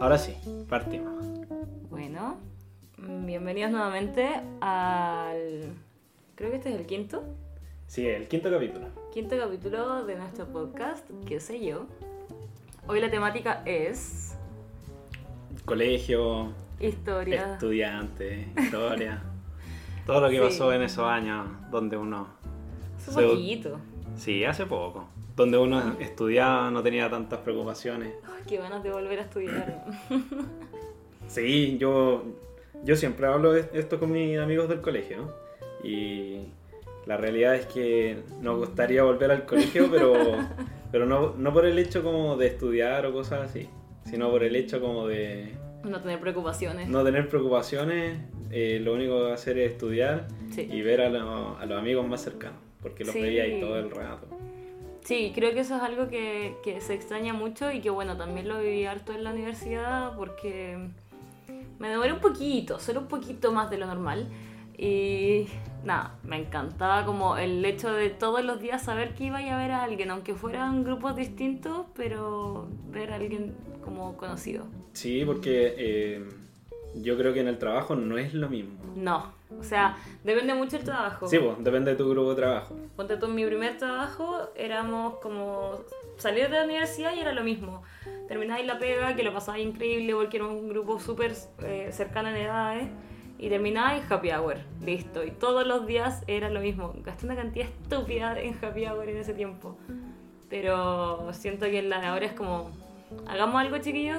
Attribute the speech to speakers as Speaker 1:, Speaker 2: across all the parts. Speaker 1: Ahora sí, partimos.
Speaker 2: Bueno, mm, bienvenidos nuevamente al... Creo que este es el quinto.
Speaker 1: Sí, el quinto capítulo.
Speaker 2: Quinto capítulo de nuestro podcast, qué sé yo. Hoy la temática es
Speaker 1: Colegio,
Speaker 2: historia.
Speaker 1: estudiantes, historia. Todo lo que
Speaker 2: Sí.
Speaker 1: pasó en esos años donde uno...
Speaker 2: Hace
Speaker 1: se-
Speaker 2: poquito.
Speaker 1: Sí, hace poco. Donde uno estudiaba, no tenía tantas preocupaciones.
Speaker 2: Ay, qué ganas de volver a estudiar.
Speaker 1: Sí, yo, yo siempre hablo de esto con mis amigos del colegio. ¿no? Y la realidad es que nos gustaría volver al colegio, pero, pero no, no por el hecho como de estudiar o cosas así, sino por el hecho como de
Speaker 2: No tener preocupaciones.
Speaker 1: no tener preocupaciones, eh, lo único que va a hacer es estudiar y
Speaker 2: Sí.
Speaker 1: ver a, lo- a los amigos más cercanos, porque los
Speaker 2: Sí.
Speaker 1: veía ahí todo el rato.
Speaker 2: Sí, creo que eso es algo que, que se extraña mucho y que bueno, también lo viví harto en la universidad porque me demoré un poquito, solo un poquito más de lo normal. Y nada, me encantaba como el hecho de todos los días saber que iba a ir a ver a alguien, aunque fueran grupos distintos, pero ver a alguien como conocido.
Speaker 1: Sí, porque eh, yo creo que en el trabajo no es lo mismo.
Speaker 2: No, o sea, depende mucho el trabajo.
Speaker 1: Sí, pues, depende de tu grupo de trabajo.
Speaker 2: Ponte tú, en mi primer trabajo éramos como salir de la universidad y era lo mismo. Termináis la pega, que lo pasáis increíble porque era un grupo súper eh, cercano en edades. Y termináis happy hour, listo. Y todos los días era lo mismo. Gasté una cantidad estúpida en happy hour en ese tiempo. Pero siento que la de ahora es como, hagamos algo chiquillos.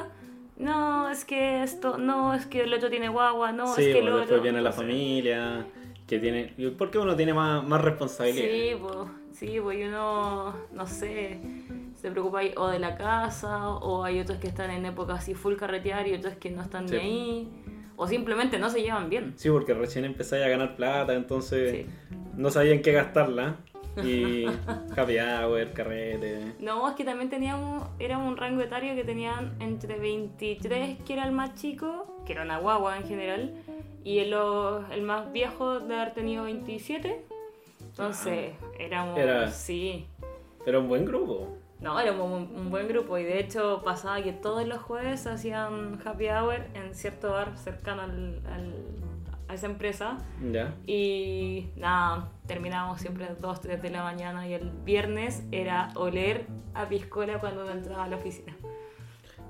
Speaker 2: No, es que esto, no, es que el otro tiene guagua, no,
Speaker 1: sí,
Speaker 2: es que
Speaker 1: pues,
Speaker 2: el otro.
Speaker 1: después viene la familia, que tiene... y Porque uno tiene más, más responsabilidad.
Speaker 2: Sí, pues, sí, pues y uno, no sé, se preocupa ahí o de la casa, o hay otros que están en época así full carretear y otros que no están
Speaker 1: Sí.
Speaker 2: de ahí, o simplemente no se llevan bien.
Speaker 1: Sí, porque recién empezáis a ganar plata, entonces
Speaker 2: Sí.
Speaker 1: no sabía en qué gastarla. Y happy hour, carrete.
Speaker 2: No, es que también teníamos, era un rango etario que tenían entre 23, que era el más chico, que era una guagua en general, y el, el más viejo de haber tenido 27. Entonces, éramos,
Speaker 1: Ah. Era-
Speaker 2: sí,
Speaker 1: Era un buen grupo.
Speaker 2: No, éramos un, un buen grupo y de hecho pasaba que todos los jueves hacían happy hour en cierto bar cercano al- al- a esa empresa
Speaker 1: Ya.
Speaker 2: y nada, terminábamos siempre a las 2, 3 de la mañana y el viernes era oler a piscola cuando uno entraba a la oficina.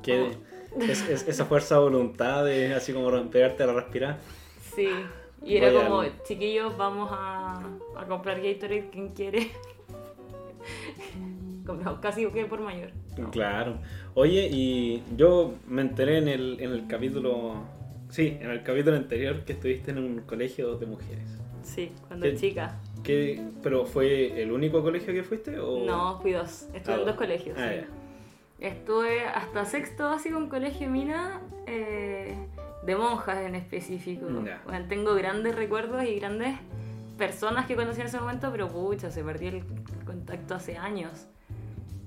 Speaker 1: Que es- es- esa fuerza de voluntad de así como pegarte la respirar.
Speaker 2: Sí, y era
Speaker 1: Voy
Speaker 2: como,
Speaker 1: al-
Speaker 2: chiquillos, vamos a, a comprar Gatorade quien quiere. Compramos casi que por mayor.
Speaker 1: Claro. Oye, y yo me enteré en el, en el capítulo... Sí, en el capítulo anterior que estuviste en un colegio de mujeres.
Speaker 2: Sí, cuando
Speaker 1: ¿Qué-
Speaker 2: chica.
Speaker 1: ¿Qué, ¿Pero fue el único colegio que fuiste? O...
Speaker 2: No, fui dos. Estuve
Speaker 1: Ah,
Speaker 2: en dos colegios.
Speaker 1: ah,
Speaker 2: sí. Estuve hasta sexto básico en colegio mina eh, de monjas en específico.
Speaker 1: Mm, Ya.
Speaker 2: Bueno, tengo grandes recuerdos y grandes personas que conocí en ese momento, pero pucha, se perdió el contacto hace años.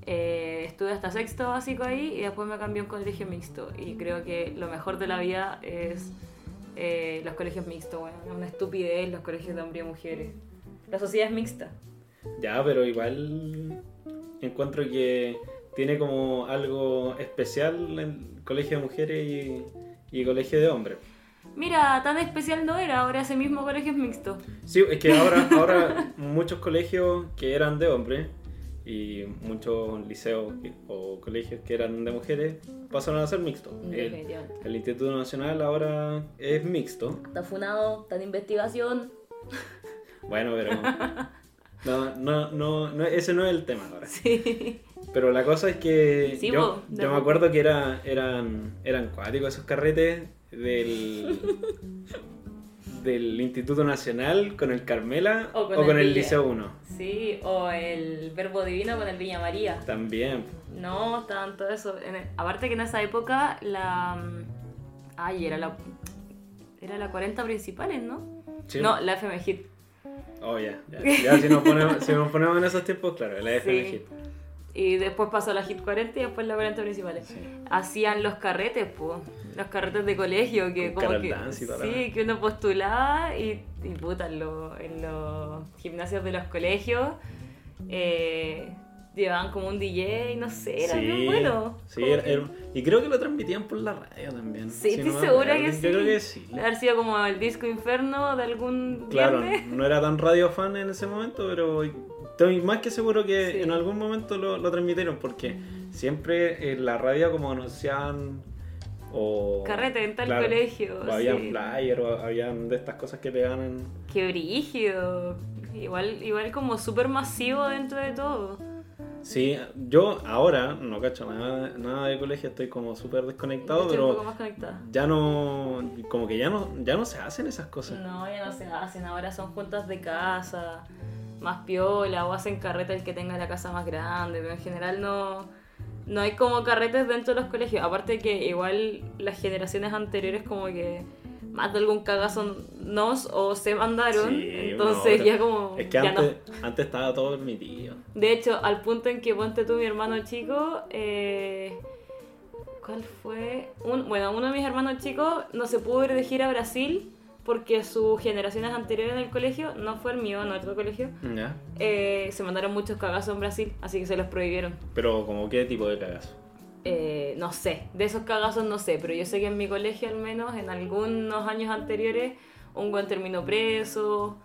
Speaker 2: Eh, estuve hasta sexto básico ahí y después me cambié a un colegio mixto. Y creo que lo mejor de la vida es eh, los colegios mixtos. Bueno, es una estupidez los colegios de hombres y mujeres. La sociedad es mixta.
Speaker 1: Ya, pero igual encuentro que tiene como algo especial el colegio de mujeres y, y colegio de hombres.
Speaker 2: Mira, tan especial no era, ahora ese mismo colegio es mixto.
Speaker 1: Sí, es que ahora, ahora muchos colegios que eran de hombres y muchos liceos que- o colegios que eran de mujeres pasaron a ser mixtos. El,
Speaker 2: Definitivamente.
Speaker 1: el Instituto Nacional ahora es mixto.
Speaker 2: Está funado, está en investigación.
Speaker 1: Bueno, pero... No, no, no, no, ese no es el tema ahora.
Speaker 2: Sí.
Speaker 1: Pero la cosa es que
Speaker 2: Sí,
Speaker 1: yo,
Speaker 2: po,
Speaker 1: yo
Speaker 2: de
Speaker 1: me
Speaker 2: po-
Speaker 1: acuerdo que era, eran, eran cuáticos esos carretes del, del Instituto Nacional con el Carmela o con, el,
Speaker 2: Villa.
Speaker 1: Liceo 1.
Speaker 2: Sí, o el verbo divino con el Viña María.
Speaker 1: También.
Speaker 2: No, tanto eso. En el- aparte que en esa época la... mm, Ay, era la... Era la 40 principales, ¿no?
Speaker 1: Sí.
Speaker 2: No, la FM Hit.
Speaker 1: Oh, ya. ya. Ya, si, nos ponemos, si nos ponemos en esos tiempos, claro, la FMG.
Speaker 2: Sí. Y después pasó la Hit 40 y después la 40 principales. Hacían los carretes, pues. Los carretes de colegio que
Speaker 1: Con
Speaker 2: como
Speaker 1: carol
Speaker 2: que,
Speaker 1: dance y toda la
Speaker 2: sí,
Speaker 1: wea.
Speaker 2: que uno postulaba y, y puta, en, lo- en los gimnasios de los colegios eh, llevaban como un DJ, no sé, era bien
Speaker 1: sí,
Speaker 2: bueno.
Speaker 1: sí,
Speaker 2: Como
Speaker 1: era-
Speaker 2: que-
Speaker 1: era- y creo que lo transmitían por la radio también.
Speaker 2: Sí,
Speaker 1: si
Speaker 2: estoy
Speaker 1: no me
Speaker 2: segura
Speaker 1: acuerdo.
Speaker 2: que sí.
Speaker 1: Yo creo que sí.
Speaker 2: Debe haber sido como el disco inferno de algún
Speaker 1: Claro,
Speaker 2: viernes.
Speaker 1: no era tan radio fan en ese momento, pero estoy más que seguro que
Speaker 2: Sí.
Speaker 1: en algún momento lo, lo transmitieron, porque siempre en la radio como anunciaban o...
Speaker 2: Carrete en tal
Speaker 1: claro,
Speaker 2: colegio.
Speaker 1: O habían
Speaker 2: sí.
Speaker 1: flyer o habían de estas cosas que pegaban en...
Speaker 2: Qué brígido. Igual, igual como súper masivo dentro de todo.
Speaker 1: Sí, yo ahora no cacho nada, nada de colegio, estoy como súper desconectado,
Speaker 2: Estoy un poco
Speaker 1: pero
Speaker 2: más conectada.
Speaker 1: ya no... como que ya no, ya no se hacen esas cosas.
Speaker 2: No, ya no se hacen, ahora son juntas de casa, más piola, o hacen carreta el que tenga la casa más grande, pero en general no, no hay como carretes dentro de los colegios. Aparte que igual las generaciones anteriores como que más de algún cagazo nos o se mandaron,
Speaker 1: Sí,
Speaker 2: entonces
Speaker 1: no,
Speaker 2: ya como...
Speaker 1: Es que
Speaker 2: ya no.
Speaker 1: antes, antes estaba todo permitido.
Speaker 2: De hecho, al punto en que ponte tú, mi hermano chico, eh, ¿cuál fue? Un- bueno, uno de mis hermanos chicos no se pudo ir de gira a Brasil porque sus generaciones anteriores en el colegio, no fue el mío, no otro colegio,
Speaker 1: ¿Ya?
Speaker 2: eh, se mandaron muchos cagazos en Brasil, así que se los prohibieron.
Speaker 1: Pero como qué tipo de cagazo.
Speaker 2: Eh, no sé, de esos cagazos no sé, pero yo sé que en mi colegio al menos, en algunos años anteriores, un buen terminó preso,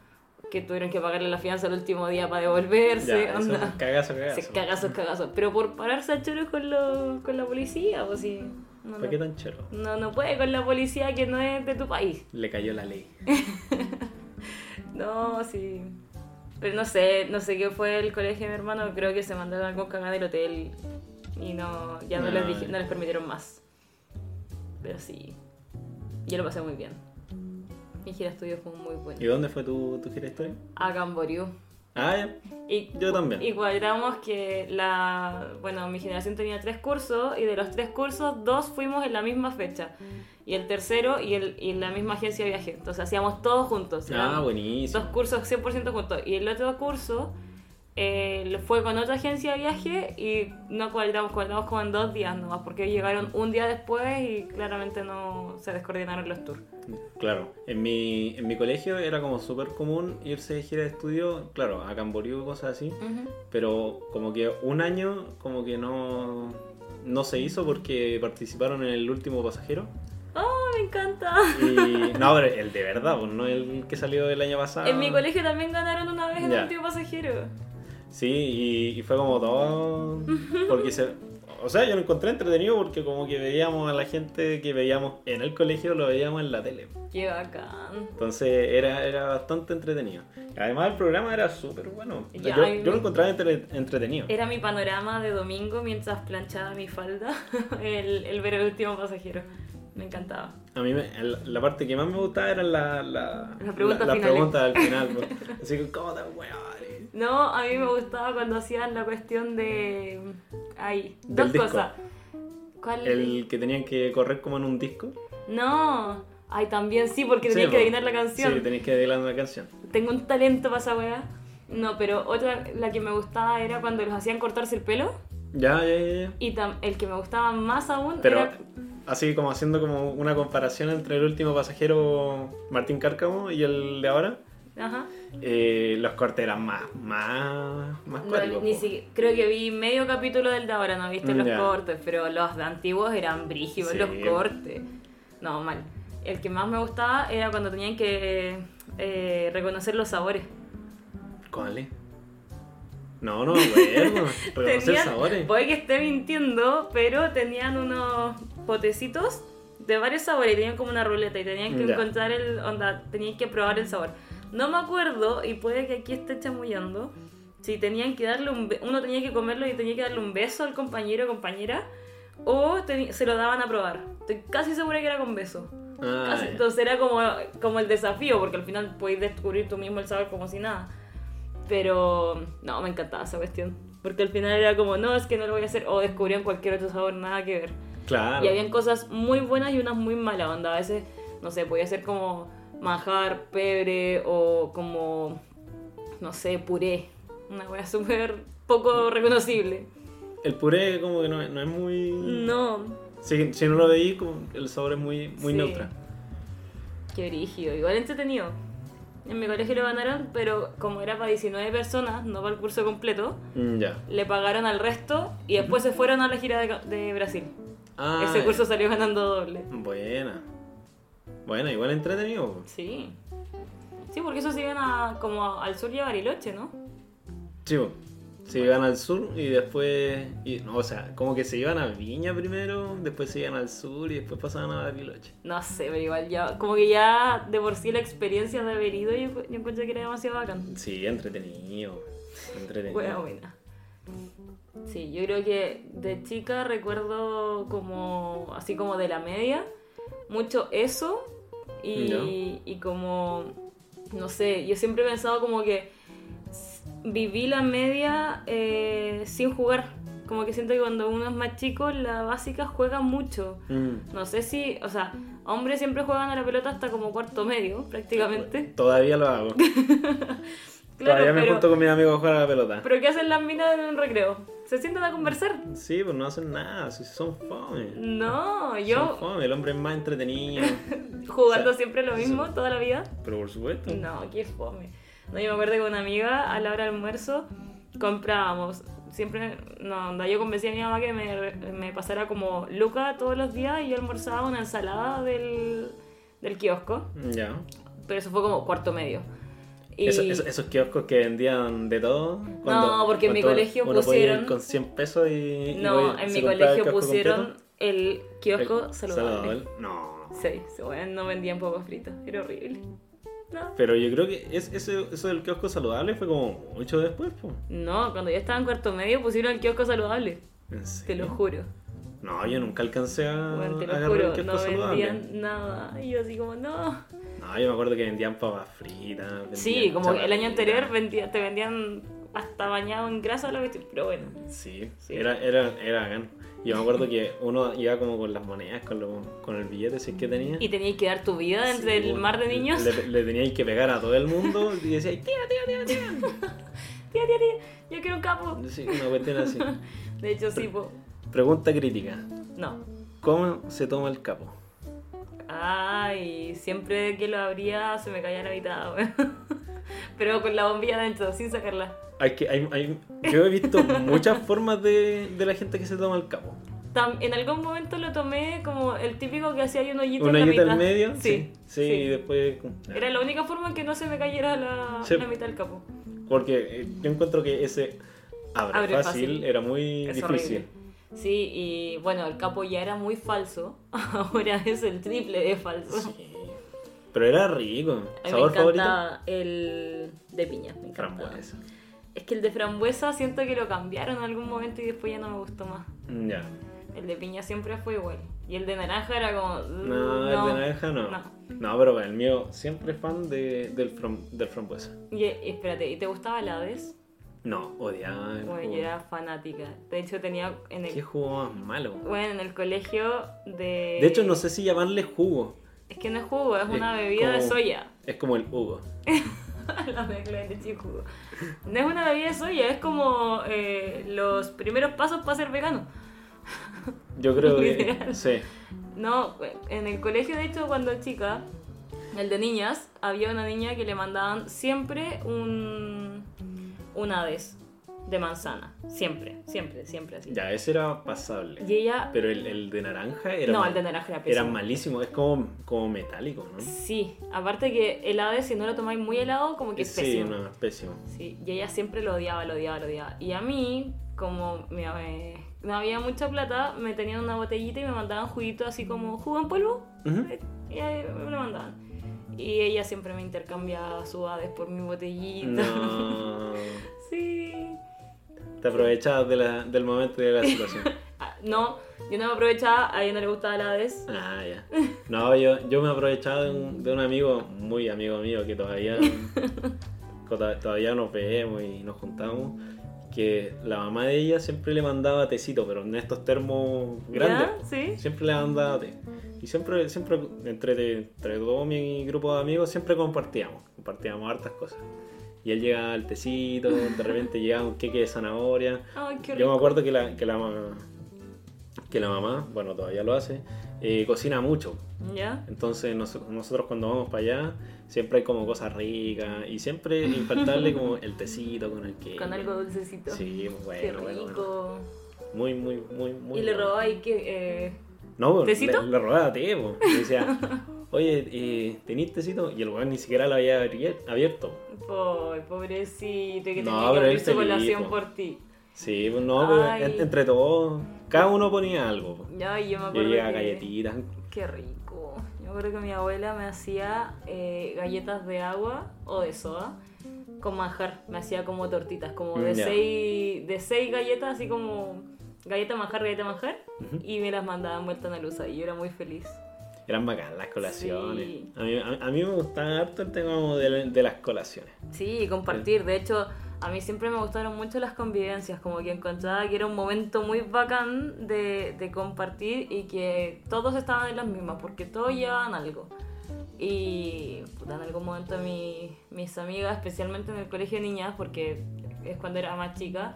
Speaker 2: que tuvieron que pagarle la fianza el último día para devolverse.
Speaker 1: Ya, eso
Speaker 2: onda.
Speaker 1: es cagazo, cagazo.
Speaker 2: Se cagazos, cagazos. Pero por pararse a choros con, lo- con la policía, pues sí. No,
Speaker 1: ¿Para qué
Speaker 2: no,
Speaker 1: tan chero?
Speaker 2: no, no puede con la policía que no es de tu país.
Speaker 1: Le cayó la ley.
Speaker 2: No, sí. Pero no sé, no sé qué fue el colegio de mi hermano. Creo que se mandaron algún cagada del hotel y no, ya no,
Speaker 1: Ah,
Speaker 2: les, dije-
Speaker 1: ya.
Speaker 2: no les permitieron más. Pero sí, yo lo pasé muy bien. Mi gira de estudio fue muy
Speaker 1: ¿Y
Speaker 2: buena.
Speaker 1: dónde fue tu, tu gira histórica?
Speaker 2: A Camboriú.
Speaker 1: Ah, ya.
Speaker 2: Y
Speaker 1: yo también.
Speaker 2: Y cuadramos que la. Bueno, mi generación tenía tres cursos y de los tres cursos, dos fuimos en la misma fecha. Y el tercero y, el, y la misma agencia de viaje. Entonces hacíamos todos juntos.
Speaker 1: ah,
Speaker 2: eran Dos
Speaker 1: buenísimo.
Speaker 2: cursos 100% juntos. Y el otro curso eh, lo- fue con otra agencia de viaje y no cuadramos, cuadramos como en dos días nomás, porque llegaron un día después y claramente no se descoordinaron los tours.
Speaker 1: Claro, en mi, en mi colegio era como súper común irse de gira de estudio, claro, a Camboriú y cosas así, pero como que un año como que no, no se hizo porque participaron en el último pasajero.
Speaker 2: ¡Oh, me encanta!
Speaker 1: Y, no, pero el de verdad, pues no el que salió el año pasado.
Speaker 2: En mi colegio también ganaron una vez en el
Speaker 1: Ah. Ya.
Speaker 2: último pasajero.
Speaker 1: Sí, y, y fue como todo. Porque se. O sea, yo lo encontré entretenido porque como que veíamos a la gente que veíamos en el colegio, lo veíamos en la tele.
Speaker 2: Qué bacán.
Speaker 1: Entonces era, era bastante entretenido. Además el programa era súper bueno.
Speaker 2: Ya,
Speaker 1: yo,
Speaker 2: a mí
Speaker 1: yo lo
Speaker 2: me-
Speaker 1: encontraba entre- entretenido.
Speaker 2: Era mi panorama de domingo mientras planchaba mi falda, el, el ver el último pasajero. Me encantaba.
Speaker 1: A mí me- la, la parte que más me gustaba era la, la,
Speaker 2: Las preguntas
Speaker 1: la- las
Speaker 2: finales.
Speaker 1: preguntas al final. pues. Así que, ¿cómo te huevones?
Speaker 2: No, a mí me gustaba cuando hacían la cuestión de... Ay,
Speaker 1: Del
Speaker 2: dos
Speaker 1: disco.
Speaker 2: cosas. ¿Cuál?
Speaker 1: El que tenían que correr como en un disco.
Speaker 2: No. Ay, también sí, porque tenía
Speaker 1: Sí,
Speaker 2: que
Speaker 1: pues.
Speaker 2: adivinar la canción.
Speaker 1: Sí, tenías que adivinar la canción.
Speaker 2: Tengo un talento para esa weá. No, pero otra, la que me gustaba era cuando los hacían cortarse el pelo.
Speaker 1: Ya, ya, ya. ya.
Speaker 2: Y tam- el que me gustaba más aún
Speaker 1: Pero
Speaker 2: era...
Speaker 1: así como haciendo como una comparación entre el último pasajero Martín Cárcamo y el de ahora,
Speaker 2: Ajá.
Speaker 1: eh, los cortes eran más, más, más
Speaker 2: No,
Speaker 1: cuáticos,
Speaker 2: ni
Speaker 1: po.
Speaker 2: siquiera- creo que vi medio capítulo del de ahora, no viste
Speaker 1: Mm,
Speaker 2: los
Speaker 1: ya.
Speaker 2: cortes, pero los de antiguos eran brígidos
Speaker 1: Sí.
Speaker 2: los cortes. No, mal. El que más me gustaba era cuando tenían que eh, reconocer los sabores.
Speaker 1: ¿Cuál es? No, no, bueno, reconocer
Speaker 2: Tenían-
Speaker 1: sabores.
Speaker 2: Puede que esté mintiendo, pero tenían unos potecitos de varios sabores, y tenían como una ruleta y tenían que
Speaker 1: Ya.
Speaker 2: encontrar el onda, tenían que probar el sabor. No me acuerdo y puede que aquí esté chamullando. Si tenían que darle un be- uno tenía que comerlo y tenía que darle un beso al compañero o compañera o teni- se lo daban a probar. Estoy casi segura que era con beso.
Speaker 1: Ah,
Speaker 2: Casi-
Speaker 1: ya.
Speaker 2: entonces era como, como el desafío, porque al final podéis descubrir tú mismo el sabor como si nada. Pero no, me encantaba esa cuestión. Porque al final era como, no, es que no lo voy a hacer. O descubrían cualquier otro sabor, nada que ver.
Speaker 1: claro.
Speaker 2: Y habían cosas muy buenas y unas muy malas. Onda, a veces, no sé, podía ser como manjar, pebre o como, no sé, puré. Una hueá súper poco reconocible.
Speaker 1: El puré como que no, es- no es muy...
Speaker 2: No,
Speaker 1: Si, si no lo veí, como el sabor es muy, muy
Speaker 2: Sí.
Speaker 1: neutral.
Speaker 2: Qué brígido, igual entretenido. En mi colegio lo ganaron, pero como era para 19 personas, no para el curso completo,
Speaker 1: Mm, Ya.
Speaker 2: le pagaron al resto y después se fueron a la gira de, de Brasil.
Speaker 1: Ah,
Speaker 2: Ese
Speaker 1: ya.
Speaker 2: curso salió ganando doble.
Speaker 1: Buena. Buena, igual entretenido. po.
Speaker 2: Sí. Sí, porque esos iban a, como a- al sur y a Bariloche, ¿no?
Speaker 1: Sí, po. se iban al sur y después. y- no, o sea, como que se iban a Viña primero, después se iban al sur y después pasaban a Bariloche.
Speaker 2: No sé, pero igual ya, como que ya de por sí la experiencia de haber ido, yo, yo encontré que era demasiado bacán.
Speaker 1: Sí, entretenido. Entretenido.
Speaker 2: Buena, buena. Sí, yo creo que de chica recuerdo como, así como de la media, mucho eso y,
Speaker 1: Ya.
Speaker 2: y como, no sé, yo siempre he pensado como que s- viví la media eh, sin jugar. Como que siento que cuando uno es más chico, la básica juega mucho.
Speaker 1: Mm.
Speaker 2: No sé si, o sea, hombres siempre juegan a la pelota hasta como cuarto medio, prácticamente.
Speaker 1: Todavía lo hago.
Speaker 2: Claro,
Speaker 1: Todavía me
Speaker 2: pero,
Speaker 1: junto con mis amigos a jugar a la pelota.
Speaker 2: pero ¿qué hacen las minas en un recreo? ¿Se sientan a conversar?
Speaker 1: Sí, pues no hacen nada, si son fome.
Speaker 2: No,
Speaker 1: Son
Speaker 2: yo
Speaker 1: fome, el hombre es más entretenido.
Speaker 2: jugando
Speaker 1: o sea,
Speaker 2: siempre lo mismo toda la vida.
Speaker 1: Pero por supuesto.
Speaker 2: No, qué fome. No, yo me acuerdo que con una amiga a la hora del almuerzo comprábamos. Siempre, no, onda, yo convencí a mi mamá que me, re- me pasara como Luca todos los días y yo almorzaba una ensalada del, del kiosco.
Speaker 1: Ya.
Speaker 2: Pero eso fue como cuarto medio. Y-
Speaker 1: Eso- eso- esos kioscos que vendían de todo.
Speaker 2: No, porque en mi colegio
Speaker 1: uno podía ir
Speaker 2: pusieron-
Speaker 1: con 100 pesos y. y
Speaker 2: No,
Speaker 1: podía-
Speaker 2: en
Speaker 1: se compraba
Speaker 2: mi
Speaker 1: el
Speaker 2: colegio
Speaker 1: kiosco
Speaker 2: pusieron
Speaker 1: completo.
Speaker 2: el kiosco
Speaker 1: El-
Speaker 2: saludable.
Speaker 1: No.
Speaker 2: Sí, sí, bueno, no vendían pocos fritos, era horrible. No.
Speaker 1: Pero yo creo que es, eso, eso del kiosco saludable fue como mucho después, po.
Speaker 2: No, cuando yo estaba en cuarto medio pusieron el kiosco saludable,
Speaker 1: ¿En serio?
Speaker 2: te lo juro.
Speaker 1: No, yo nunca alcancé a
Speaker 2: Bueno, te
Speaker 1: a
Speaker 2: lo
Speaker 1: agarrar Ah, el
Speaker 2: juro,
Speaker 1: kiosco
Speaker 2: no
Speaker 1: saludable.
Speaker 2: vendían nada. Y yo así como, no.
Speaker 1: No, yo me acuerdo que vendían papas fritas.
Speaker 2: Sí,
Speaker 1: vendían
Speaker 2: como el
Speaker 1: chaparritas.
Speaker 2: año anterior vendía- te vendían hasta bañado en grasa la cuestión, pero bueno.
Speaker 1: Sí,
Speaker 2: Sí.
Speaker 1: Era, era, era bacán. Yo me acuerdo que uno iba como con las monedas, con, lo- con el billete si es que tenía.
Speaker 2: Y tenías que dar tu vida
Speaker 1: Sí,
Speaker 2: entre el
Speaker 1: bueno,
Speaker 2: mar de niños.
Speaker 1: Le, le teníais que pegar a todo el mundo y decía, tía, tía, tía, tía.
Speaker 2: Tía, tía, tía, yo quiero un capo.
Speaker 1: Sí, una cuestión así.
Speaker 2: De hecho, sí, po.
Speaker 1: Pregunta crítica.
Speaker 2: No,
Speaker 1: ¿Cómo se toma el capo?
Speaker 2: Ay, siempre que lo abría se me caía la mitad, weón. Pero con la bombilla dentro, sin sacarla.
Speaker 1: Hay que, hay, hay- yo he visto muchas formas de, de la gente que se toma el capo.
Speaker 2: Tam- en algún momento lo tomé como el típico que hacía ahí un hoyito
Speaker 1: Una
Speaker 2: en la
Speaker 1: ayuda
Speaker 2: mitad.
Speaker 1: al medio, sí,
Speaker 2: Sí,
Speaker 1: sí, y después...
Speaker 2: Era la única forma en que no se me cayera la,
Speaker 1: Sí.
Speaker 2: la mitad del capo.
Speaker 1: Porque eh, yo encuentro que ese abre,
Speaker 2: Abre
Speaker 1: fácil,
Speaker 2: fácil.
Speaker 1: era muy
Speaker 2: Es
Speaker 1: difícil.
Speaker 2: horrible. Sí, y bueno, el capo ya era muy falso. Ahora es el triple de falso.
Speaker 1: Sí. Pero era rico.
Speaker 2: A mí me
Speaker 1: ¿Sabor favorito?
Speaker 2: encanta el de piña. Me encanta.
Speaker 1: Frambuesa.
Speaker 2: Es que el de frambuesa siento que lo cambiaron en algún momento y después ya no me gustó más.
Speaker 1: Ya.
Speaker 2: El de piña siempre fue igual. Y el de naranja era como.
Speaker 1: No, el de naranja no. no.
Speaker 2: Mm, no.
Speaker 1: pero el mío siempre fan de, del, fram- del frambuesa.
Speaker 2: Y, y espérate, ¿y te gustaba el Hades?
Speaker 1: No, odiaba el
Speaker 2: Bueno,
Speaker 1: jugo.
Speaker 2: yo era fanática. De hecho, tenía en
Speaker 1: Qué
Speaker 2: el,
Speaker 1: jugo más malo.
Speaker 2: bueno, en el colegio de.
Speaker 1: De hecho, no sé si llamarle jugo.
Speaker 2: Es que no es jugo, es
Speaker 1: Es
Speaker 2: una bebida de
Speaker 1: como-
Speaker 2: soya.
Speaker 1: Es como el jugo.
Speaker 2: La mezcla de leche y jugo. No es una bebida de soya, es como eh, los primeros pasos para ser vegano.
Speaker 1: Yo creo que.
Speaker 2: Literal.
Speaker 1: sí.
Speaker 2: No, en el colegio, de hecho, cuando chica, el de niñas, había una niña que le mandaban siempre un, un Hades de manzana. Siempre, siempre, siempre así.
Speaker 1: Ya, ese era pasable.
Speaker 2: Y ella.
Speaker 1: Pero el, el de naranja era.
Speaker 2: no,
Speaker 1: mal-
Speaker 2: el de naranja era
Speaker 1: Era
Speaker 2: pésimo.
Speaker 1: malísimo. Es como, como metálico, ¿no?
Speaker 2: Sí, aparte que el Hades, si no lo tomáis muy helado, como que es
Speaker 1: sí,
Speaker 2: pésimo.
Speaker 1: no, es pésimo.
Speaker 2: Sí, y ella siempre lo odiaba, lo odiaba, lo odiaba. Y a mí, como mi mamá, eh, no había mucha plata, me tenían una botellita y me mandaban juguito así como jugo en polvo. Eh,
Speaker 1: Ujú.
Speaker 2: Y ahí me lo mandaban. Y ella siempre me intercambiaba su Hades por mi botellita.
Speaker 1: No.
Speaker 2: Sí.
Speaker 1: Te aprovechabas de la- del momento y de la situación.
Speaker 2: Ah, no, yo no me aprovechaba, a ella no le gustaba el Hades.
Speaker 1: Ah, ya. No, yo, yo me aprovechaba de un, de un amigo, muy amigo mío, que todavía, co- to- todavía nos vemos y nos juntamos, que la mamá de ella siempre le mandaba tecito, pero en estos termos grandes.
Speaker 2: ¿Ya? ¿Sí?
Speaker 1: Siempre le mandaba té. Y siempre, siempre entre, entre todo mi grupo de amigos, siempre compartíamos, compartíamos hartas cosas. Y él llegaba al tecito, de repente llegaba un queque de zanahoria.
Speaker 2: Ay,
Speaker 1: Yo
Speaker 2: qué
Speaker 1: me
Speaker 2: rico.
Speaker 1: acuerdo que la, que la, ma- que la mamá, bueno, todavía lo hace, eh, cocina mucho.
Speaker 2: ¿Ya?
Speaker 1: Entonces nos- nosotros cuando vamos para allá siempre hay como cosas ricas y siempre infaltable como el tecito con el que...
Speaker 2: Con algo dulcecito.
Speaker 1: Sí,
Speaker 2: Qué
Speaker 1: bueno, bueno, bueno.
Speaker 2: rico.
Speaker 1: Muy, muy, muy, muy...
Speaker 2: Y le
Speaker 1: bueno.
Speaker 2: robáis que. eh,
Speaker 1: No,
Speaker 2: ¿Tecito?
Speaker 1: Le, le robaba té, po. Le decía, oye, eh, ¿tenís tecito? Y el weón ni siquiera lo había abri- abierto.
Speaker 2: Ay, pobrecito,
Speaker 1: No,
Speaker 2: que tenía que
Speaker 1: pero
Speaker 2: abrir
Speaker 1: él
Speaker 2: su
Speaker 1: feliz,
Speaker 2: colación
Speaker 1: po.
Speaker 2: por ti.
Speaker 1: Sí, pues no, pero
Speaker 2: Ay.
Speaker 1: en- entre todos, cada uno ponía algo. po.
Speaker 2: Ay, yo me
Speaker 1: Yo
Speaker 2: acuerdo.
Speaker 1: llevaba
Speaker 2: que-
Speaker 1: galletitas.
Speaker 2: Qué rico. Yo me acuerdo que mi abuela me hacía eh, galletas de agua o de soda con manjar. Me hacía como tortitas, como de,
Speaker 1: Mm, ya.
Speaker 2: seis, de seis galletas, así como galleta manjar, galleta manjar.
Speaker 1: Ujú.
Speaker 2: Y me las mandaban vuelta a luza y yo era muy feliz.
Speaker 1: Eran bacanas las colaciones.
Speaker 2: Sí.
Speaker 1: A, mí, a, a mí me gustaba harto el tema como de, de las colaciones.
Speaker 2: Sí, y compartir. De hecho, a mí siempre me gustaron mucho las convivencias, como que encontraba que era un momento muy bacán de, de compartir y que todos estaban en las mismas, porque todos llevaban algo. Y puta, en algún momento mi- mis amigas, especialmente en el colegio de niñas, porque es cuando era más chica,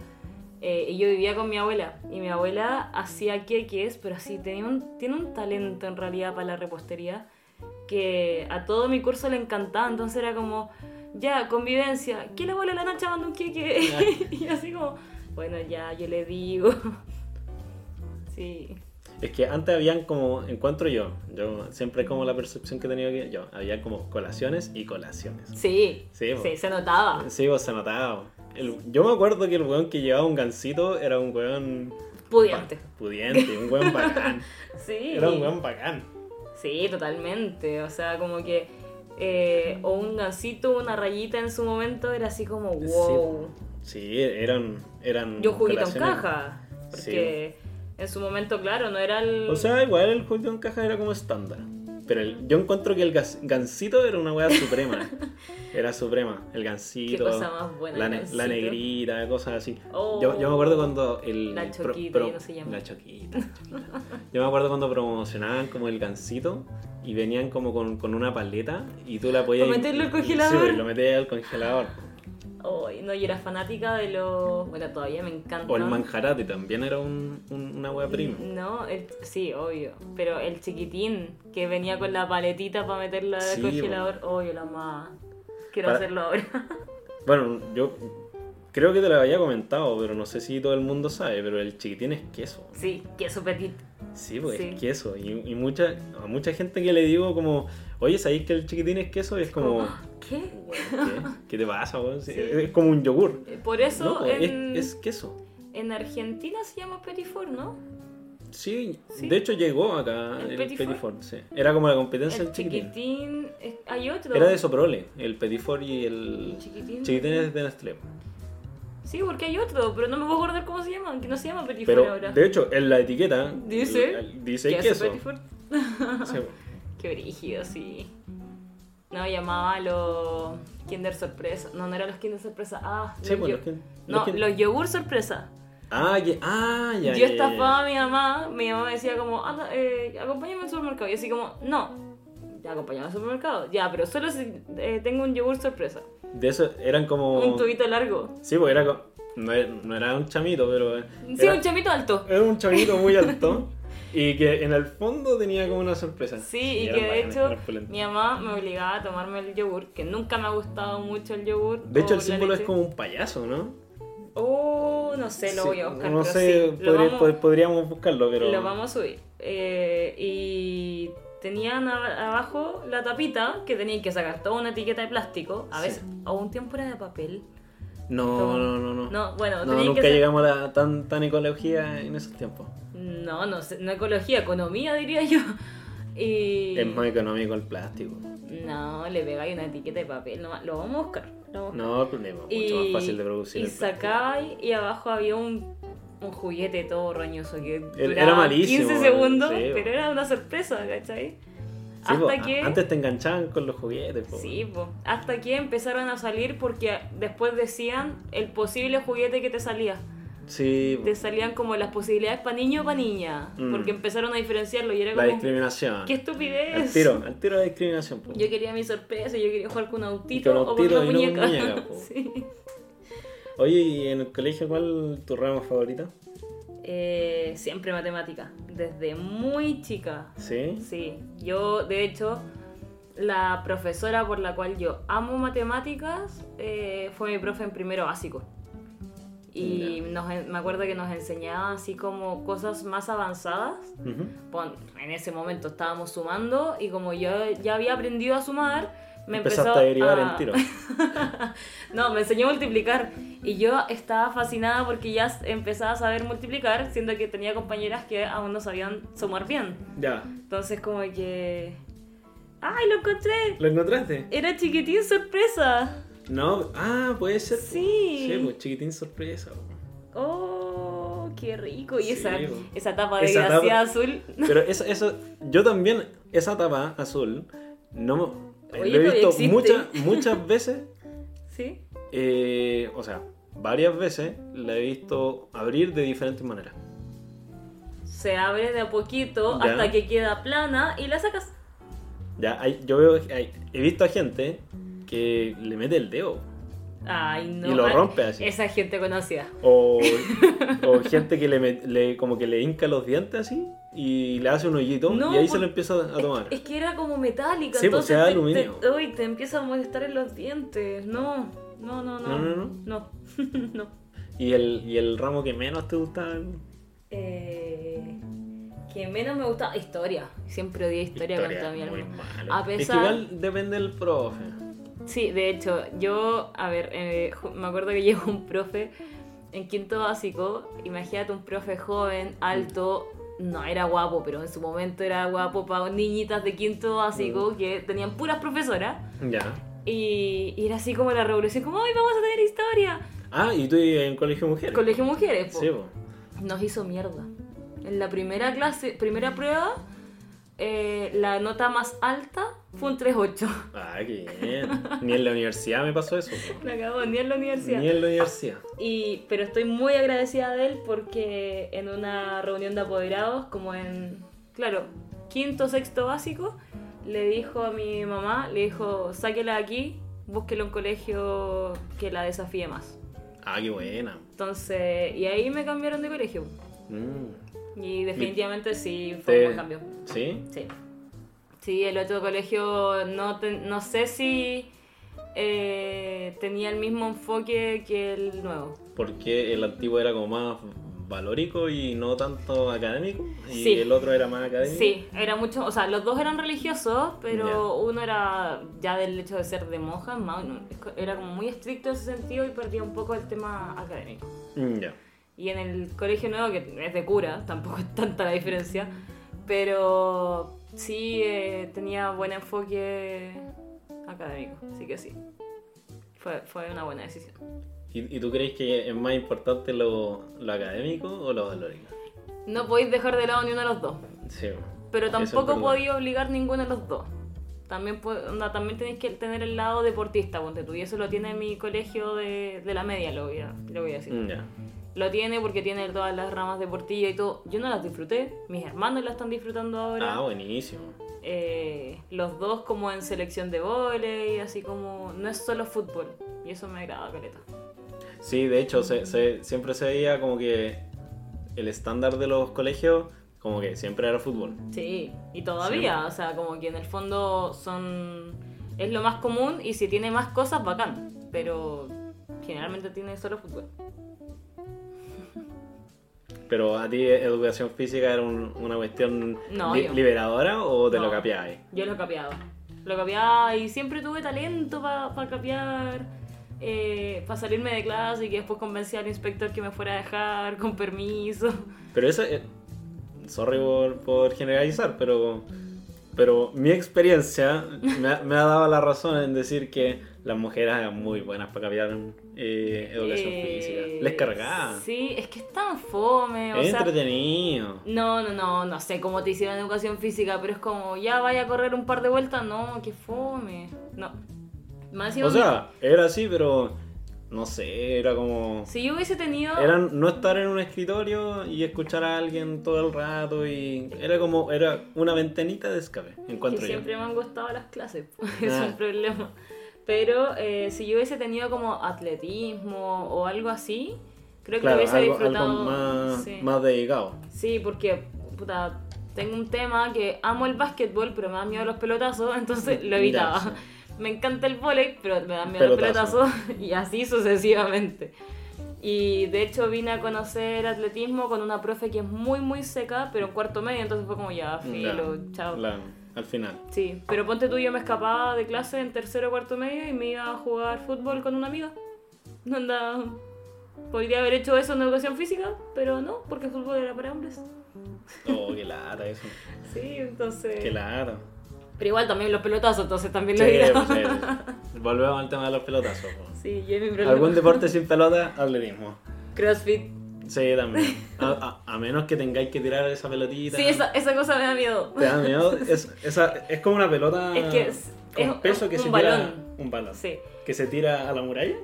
Speaker 2: eh, y yo vivía con mi abuela. Y mi abuela hacía queques, pero así, tenía un, tiene un talento en realidad para la repostería que a todo mi curso le encantaba. Entonces era como, ya, convivencia, ¿qué le vuelve la Nacha manda un queque? y así como, bueno, ya, yo le digo. sí.
Speaker 1: Es que antes habían como, encuentro yo, yo siempre como la percepción que he tenido que yo, había como colaciones y colaciones.
Speaker 2: Sí,
Speaker 1: Sí, po.
Speaker 2: sí, se notaba.
Speaker 1: Sí, pues se notaba. El- yo me acuerdo que el weón que llevaba un gancito era un weón
Speaker 2: Pudiente.
Speaker 1: pa- pudiente, un weón bacán.
Speaker 2: Sí.
Speaker 1: Era un weón bacán.
Speaker 2: Sí, totalmente. O sea, como que. eh, o un gancito, una rayita en su momento era así como wow.
Speaker 1: Sí, eran. eran
Speaker 2: Yo juguito en
Speaker 1: colaciones-
Speaker 2: caja. Porque en su momento, claro, no era el.
Speaker 1: O sea, igual el juguito en caja era como estándar. Pero el- yo encuentro que el gas- gansito era una weá suprema. era suprema. El
Speaker 2: qué
Speaker 1: gansito.
Speaker 2: cosa más buena.
Speaker 1: La,
Speaker 2: el
Speaker 1: ne- la
Speaker 2: gansito.
Speaker 1: negrita, cosas así.
Speaker 2: Oh.
Speaker 1: Yo, yo me acuerdo cuando el.
Speaker 2: La
Speaker 1: pro-
Speaker 2: choquita, ya no se llama.
Speaker 1: La choquita, la choquita. Yo me acuerdo cuando promocionaban como el gansito y venían como con, con una paleta y tú la podías.
Speaker 2: Para meterlo al
Speaker 1: sí,
Speaker 2: congelador.
Speaker 1: lo metías al congelador.
Speaker 2: Ay, no, yo era fanática de los. Bueno, todavía me encanta.
Speaker 1: O el manjarate también era un- un- una wea prima.
Speaker 2: No, el- sí, obvio. Pero el chiquitín que venía con la paletita para meterla al
Speaker 1: Sí,
Speaker 2: congelador. Oh, yo la amaba. Quiero
Speaker 1: Para-
Speaker 2: hacerlo ahora.
Speaker 1: Bueno, yo creo que te lo había comentado, pero no sé si todo el mundo sabe, pero el chiquitín es queso.
Speaker 2: sí, queso petit.
Speaker 1: Sí, pues
Speaker 2: Sí.
Speaker 1: es queso. Y, y mucha, a mucha gente que le digo como, oye, ¿sabéis que el chiquitín es queso? Y es como,
Speaker 2: ¿Qué?
Speaker 1: "Weón, ¿qué? ¿Qué te pasa? weón? Sí,
Speaker 2: Oh. Sí.
Speaker 1: Es como un yogur.
Speaker 2: Eh, Por eso
Speaker 1: No, pues,
Speaker 2: en,
Speaker 1: es, es queso.
Speaker 2: en Argentina se llama petit four, ¿no?
Speaker 1: Sí,
Speaker 2: Sí.
Speaker 1: de hecho llegó acá
Speaker 2: ¿El
Speaker 1: el,
Speaker 2: Petit
Speaker 1: Petit
Speaker 2: Four?
Speaker 1: Four, sí. Era como la competencia
Speaker 2: El
Speaker 1: del chiquitín.
Speaker 2: chiquitín. eh, Hay otro.
Speaker 1: Era de Soprole, el Petit Four y
Speaker 2: ¿Y
Speaker 1: el
Speaker 2: chiquitín?
Speaker 1: chiquitín es de Nestlé.
Speaker 2: Sí, porque hay otro, pero no me puedo acordar cómo se llama. Que no se llama petit four
Speaker 1: Pero
Speaker 2: ahora.
Speaker 1: de hecho, en la etiqueta
Speaker 2: Dice-
Speaker 1: el- dice
Speaker 2: ¿Qué hace
Speaker 1: queso.
Speaker 2: petit four?
Speaker 1: Sí.
Speaker 2: Qué brígido, sí. No, llamaba a los Kinder Sorpresa. No, no eran los Kinder Sorpresa. Ah,
Speaker 1: Sí, pues,
Speaker 2: yo-
Speaker 1: los que-
Speaker 2: No,
Speaker 1: los que-
Speaker 2: los yogur sorpresa.
Speaker 1: Ah, ya, ah, ya.
Speaker 2: yo
Speaker 1: ya, ya,
Speaker 2: estafaba a mi mamá. Mi mamá me decía como, anda, eh, acompáñame al supermercado. Y así como, no, ya acompáñame al supermercado. Ya, pero solo si eh, tengo un yogur sorpresa.
Speaker 1: ya. De eso eran como.
Speaker 2: Un tubito largo.
Speaker 1: Sí, pues era como. No era, no era un chamito, pero. eh,
Speaker 2: Sí,
Speaker 1: era,
Speaker 2: un chamito alto.
Speaker 1: era un chamito muy alto. y que en el fondo tenía como una sorpresa.
Speaker 2: Sí, y
Speaker 1: eran
Speaker 2: que de
Speaker 1: bacanes,
Speaker 2: hecho
Speaker 1: eran pulentos.
Speaker 2: mi mamá me obligaba a tomarme el yogur, que nunca me ha gustado mucho el yogur.
Speaker 1: De hecho, el
Speaker 2: o la
Speaker 1: símbolo es
Speaker 2: leche.
Speaker 1: como un payaso, ¿no?
Speaker 2: Oh, no sé, lo
Speaker 1: Sí,
Speaker 2: voy a buscar.
Speaker 1: No
Speaker 2: pero
Speaker 1: sé,
Speaker 2: sí, lo
Speaker 1: podría-
Speaker 2: vamos-
Speaker 1: pod- podríamos buscarlo, pero.
Speaker 2: Lo vamos a subir. Eh, y tenían a- abajo la tapita que tenían que sacar toda una etiqueta de plástico. A
Speaker 1: Sí.
Speaker 2: veces, a un tiempo era de papel.
Speaker 1: No, no, no, no.
Speaker 2: No, bueno,
Speaker 1: No,
Speaker 2: tenían
Speaker 1: nunca
Speaker 2: que sa-
Speaker 1: llegamos a la tan, tan ecología en esos tiempos.
Speaker 2: No, no, sé, no ecología, economía diría yo. Y...
Speaker 1: Es más económico el plástico.
Speaker 2: No, le pegáis una etiqueta de papel. nomás. lo vamos a buscar. lo vamos a buscar.
Speaker 1: No, el problema, mucho
Speaker 2: y,
Speaker 1: más fácil de producir.
Speaker 2: Y
Speaker 1: el plástico.
Speaker 2: sacabais y abajo había un, un juguete todo roñoso que
Speaker 1: era
Speaker 2: duraba
Speaker 1: malísimo,
Speaker 2: 15 segundos,
Speaker 1: sí,
Speaker 2: pero
Speaker 1: bueno.
Speaker 2: era una sorpresa, ¿cachai?
Speaker 1: Sí,
Speaker 2: Hasta
Speaker 1: po, a-
Speaker 2: que...
Speaker 1: Antes te enganchaban con los juguetes, po.
Speaker 2: Sí, po. hasta que empezaron a salir porque después decían el posible juguete que te salía.
Speaker 1: Sí, po.
Speaker 2: Te salían como las posibilidades para niño o para niña.
Speaker 1: Mm.
Speaker 2: Porque empezaron a diferenciarlo y era
Speaker 1: la
Speaker 2: como,
Speaker 1: discriminación.
Speaker 2: ¡qué
Speaker 1: Al
Speaker 2: estupidez!
Speaker 1: tiro, al tiro de discriminación, po.
Speaker 2: Yo quería mi sorpresa, yo quería jugar con un autito
Speaker 1: Con
Speaker 2: o con
Speaker 1: autito
Speaker 2: una
Speaker 1: y no con
Speaker 2: muñeca.
Speaker 1: muñeca, po.
Speaker 2: Sí.
Speaker 1: Oye, ¿y en el colegio cuál tu ramo favorito?
Speaker 2: eh, siempre matemática, desde muy chica.
Speaker 1: ¿Sí?
Speaker 2: Sí, yo de hecho, la profesora por la cual yo amo matemáticas eh, fue mi profe en primero básico. Y nos en- me acuerdo que nos enseñaba así como cosas más avanzadas.
Speaker 1: Ujú.
Speaker 2: Pon- en ese momento estábamos sumando y como yo ya había aprendido a sumar, me empezó
Speaker 1: Empezaste a derivar
Speaker 2: a-
Speaker 1: en tiro.
Speaker 2: no, me enseñó a multiplicar y yo estaba fascinada porque ya s- empezaba a saber multiplicar, siendo que tenía compañeras que aún no sabían sumar bien.
Speaker 1: Ya.
Speaker 2: Entonces como que... ¡Ay, lo encontré!
Speaker 1: ¿Lo encontraste?
Speaker 2: Era chiquitín sorpresa.
Speaker 1: No. Ah, puede ser.
Speaker 2: Sí.
Speaker 1: Sí, pues chiquitín sorpresa. po.
Speaker 2: ¡Oh, qué rico! Y
Speaker 1: Sí,
Speaker 2: esa,
Speaker 1: bo.
Speaker 2: esa tapa de
Speaker 1: Esa
Speaker 2: gracia
Speaker 1: tapa-
Speaker 2: azul.
Speaker 1: Pero eso, eso, yo también, esa tapa azul, no eh,
Speaker 2: Oye,
Speaker 1: lo he
Speaker 2: todavía
Speaker 1: visto
Speaker 2: existe.
Speaker 1: muchas, muchas veces,
Speaker 2: ¿Sí?
Speaker 1: eh, o sea, varias veces la he visto abrir de diferentes maneras.
Speaker 2: Se abre de a poquito
Speaker 1: Ya.
Speaker 2: hasta que queda plana y la sacas.
Speaker 1: Ya, hay- yo veo, hay- he visto a gente que le mete el dedo
Speaker 2: ¡Ay, no! ah,
Speaker 1: y lo
Speaker 2: ay,
Speaker 1: rompe así.
Speaker 2: Esa gente conocida.
Speaker 1: O, o gente que le, met- le- como que le hinca los dientes así y le hace un hoyito
Speaker 2: No,
Speaker 1: y ahí se
Speaker 2: por-
Speaker 1: lo empieza a tomar.
Speaker 2: Es que era como metálica,
Speaker 1: Sí, pues,
Speaker 2: entonces
Speaker 1: era
Speaker 2: te,
Speaker 1: aluminio.
Speaker 2: Te, uy, te empieza a molestar en los dientes. No, no, no, no.
Speaker 1: No, no, no.
Speaker 2: No. No.
Speaker 1: Y, el, y el ramo que menos te gusta.
Speaker 2: Eh, que menos me gustaba historia. Siempre odié historia, con toda mi
Speaker 1: muy
Speaker 2: alma.
Speaker 1: malo.
Speaker 2: A
Speaker 1: Es que
Speaker 2: pesar-
Speaker 1: igual depende del profe.
Speaker 2: Sí, de hecho, yo, a ver, eh, ju- me acuerdo que llegó un profe en quinto básico, imagínate un profe joven, alto, no era guapo, pero en su momento era guapo para niñitas de quinto
Speaker 1: Mm.
Speaker 2: básico que tenían puras profesoras.
Speaker 1: Ya.
Speaker 2: Y, y era así como la revolución, como, ¡ay, vamos a tener historia!
Speaker 1: Ah, y tú ibas en colegio de mujeres.
Speaker 2: Colegio pues. Mujeres, po.
Speaker 1: Sí, pues. po.
Speaker 2: Nos hizo mierda. En la primera clase, primera prueba, eh, la nota más alta fue un 3.8.
Speaker 1: Ah, qué bien. Ni en la universidad me pasó eso. po.
Speaker 2: Me acabo ni en la universidad.
Speaker 1: Ni en la universidad.
Speaker 2: Y, pero estoy muy agradecida de él porque en una reunión de apoderados, como en, claro, quinto, sexto básico, le dijo a mi mamá, le dijo, sáquela de aquí, búsquela un colegio que la desafíe más.
Speaker 1: Ah, qué buena.
Speaker 2: Entonces, y ahí me cambiaron de colegio.
Speaker 1: Mm.
Speaker 2: Y definitivamente sí, fue
Speaker 1: Te-
Speaker 2: un buen cambio.
Speaker 1: ¿Sí?
Speaker 2: Sí. Sí, el otro colegio no, te- no sé si eh, tenía el mismo enfoque que el nuevo.
Speaker 1: Porque el antiguo era como más valórico y no tanto académico. Y
Speaker 2: Sí.
Speaker 1: el otro era más académico.
Speaker 2: Sí, era mucho, o sea, los dos eran religiosos, pero
Speaker 1: Ya.
Speaker 2: uno era ya del hecho de ser de monja, más uno- era como muy estricto en ese sentido y perdía un poco el tema académico.
Speaker 1: Mm, ya.
Speaker 2: Y en el colegio nuevo, que es de cura, tampoco es tanta la diferencia, pero sí eh, tenía buen enfoque académico, así que sí. Fue, fue una buena decisión.
Speaker 1: ¿Y, y tú crees que es más importante lo, lo académico o lo valórico?
Speaker 2: No podéis dejar de lado ni uno de los dos.
Speaker 1: Sí. po.
Speaker 2: Pero
Speaker 1: Eso es
Speaker 2: tampoco
Speaker 1: verdad.
Speaker 2: podía obligar ninguno de los dos. También, po- onda, también tenéis que tener el lado deportista, ponte tú. Y eso lo tiene mi colegio de, de la media, lo voy a, lo voy a decir.
Speaker 1: Mm, ya.
Speaker 2: Lo tiene porque tiene todas las ramas deportivas y todo. Yo no las disfruté, mis hermanos las están disfrutando ahora.
Speaker 1: Ah, buenísimo.
Speaker 2: Eh, los dos como en selección de volei, así como... No es solo fútbol. Y eso me agrada, Caleta.
Speaker 1: Sí, de hecho, se, se- siempre se veía como que el estándar de los colegios, como que siempre era fútbol.
Speaker 2: Sí, y todavía, o sea, como que en el fondo son es lo más común y si tiene más cosas, bacán, pero generalmente tiene solo fútbol.
Speaker 1: Pero a ti, educación física era un- una cuestión
Speaker 2: No,
Speaker 1: li-
Speaker 2: yo-
Speaker 1: liberadora o te
Speaker 2: No.
Speaker 1: lo capiabas?
Speaker 2: Yo lo capeaba, lo capeaba y siempre tuve talento para capear, eh, para salirme de clase y que después convencí al inspector que me fuera a dejar con permiso.
Speaker 1: Pero eso, eh, sorry por, por generalizar, pero, pero mi experiencia me, ha- me ha dado la razón en decir que las mujeres eran muy buenas para capiar eh, educación
Speaker 2: Eh,
Speaker 1: física. Les cargaban.
Speaker 2: Sí, es que es tan fome, o
Speaker 1: Es
Speaker 2: sea...
Speaker 1: entretenido.
Speaker 2: No, no, no, no sé cómo te hicieron educación física, pero es como, ya vaya a correr un par de vueltas, no, qué fome. No. Más encima-
Speaker 1: O sea, era así, pero no sé, era como...
Speaker 2: si yo hubiese tenido.
Speaker 1: Era no estar en un escritorio y escuchar a alguien todo el rato y era como era una ventanita de escape,
Speaker 2: Mm, que
Speaker 1: encuentro yo.
Speaker 2: siempre me han gustado las clases, pues, es
Speaker 1: Ah.
Speaker 2: un problema. Pero eh, si yo hubiese tenido como atletismo o algo así, Creo que
Speaker 1: Claro,
Speaker 2: hubiese
Speaker 1: algo, algo
Speaker 2: disfrutado.
Speaker 1: más,
Speaker 2: sí.
Speaker 1: más dedicado.
Speaker 2: Sí, porque, puta, tengo un tema que amo el básquetbol, pero me da miedo los pelotazos, entonces lo
Speaker 1: Ya,
Speaker 2: evitaba.
Speaker 1: sí.
Speaker 2: Me encanta el volei, pero me da miedo
Speaker 1: Pelotazo.
Speaker 2: los pelotazos, y así sucesivamente. Y de hecho vine a conocer atletismo con una profe que es muy, muy seca, pero en cuarto medio, entonces fue como ya, filo,
Speaker 1: Ya,
Speaker 2: chao.
Speaker 1: la- al final.
Speaker 2: Sí, pero ponte tú, yo me escapaba de clase en tercero o cuarto medio y me iba a jugar fútbol con una amiga. No andaba. Podría haber hecho eso en educación física, pero no, porque el fútbol era para hombres.
Speaker 1: Oh, qué lata eso.
Speaker 2: Sí, entonces.
Speaker 1: Qué lata.
Speaker 2: Pero igual también los pelotazos, entonces también
Speaker 1: Sí,
Speaker 2: lo dirá.
Speaker 1: pues, sí. Volvemos al tema de los pelotazos. po.
Speaker 2: Sí, yo y mi problema.
Speaker 1: ¿Algún deporte sin pelota? Atletismo.
Speaker 2: Crossfit.
Speaker 1: Sí, también. A, a- a menos que tengáis que tirar esa pelotita.
Speaker 2: Sí, esa, esa cosa me da miedo.
Speaker 1: ¿Te da miedo? Es, esa- es como una pelota
Speaker 2: Es que es-
Speaker 1: con
Speaker 2: es un-
Speaker 1: peso que
Speaker 2: un
Speaker 1: se
Speaker 2: balón.
Speaker 1: tira. Un balón.
Speaker 2: Sí.
Speaker 1: Que se tira a la muralla.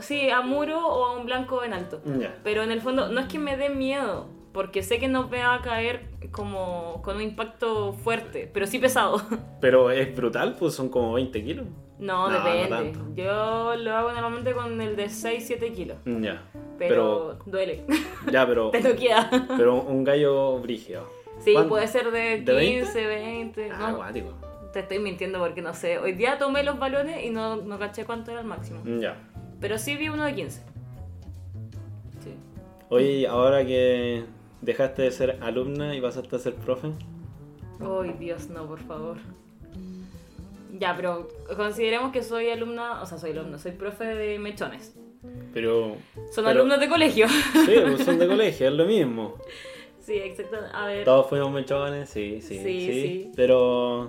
Speaker 2: Sí, a muro o a un blanco en alto.
Speaker 1: Ya.
Speaker 2: Pero en el fondo, no es que me dé miedo, porque sé que no me va a caer como con un impacto fuerte, pero sí pesado.
Speaker 1: Pero es brutal, pues son como 20 kilos.
Speaker 2: No,
Speaker 1: No, no
Speaker 2: depende.
Speaker 1: tanto.
Speaker 2: Yo lo hago normalmente con el de 6-7 kilos.
Speaker 1: Ya.
Speaker 2: Pero, duele.
Speaker 1: ya, pero.
Speaker 2: Te noquea.
Speaker 1: pero un gallo brígido.
Speaker 2: Sí,
Speaker 1: ¿Cuánto?
Speaker 2: puede ser de
Speaker 1: ¿De 20?
Speaker 2: 15, 20.
Speaker 1: Ah,
Speaker 2: no,
Speaker 1: acuático.
Speaker 2: Te estoy mintiendo porque no sé. Hoy día tomé los balones y no, no caché cuánto era el máximo.
Speaker 1: Ya.
Speaker 2: Pero sí vi uno de 15. Sí.
Speaker 1: Oye, ahora que dejaste de ser alumna y pasaste a ser profe,
Speaker 2: Ay, Dios, no, por favor. Ya, pero consideremos que soy alumna, o sea, soy alumna, soy profe de mechones.
Speaker 1: pero.
Speaker 2: Son
Speaker 1: pero-
Speaker 2: alumnos de colegio.
Speaker 1: Sí, pues son de colegio, es lo mismo.
Speaker 2: sí, exacto. A ver,
Speaker 1: Todos fuimos mechones, sí, sí,
Speaker 2: Sí,
Speaker 1: sí.
Speaker 2: sí.
Speaker 1: Pero.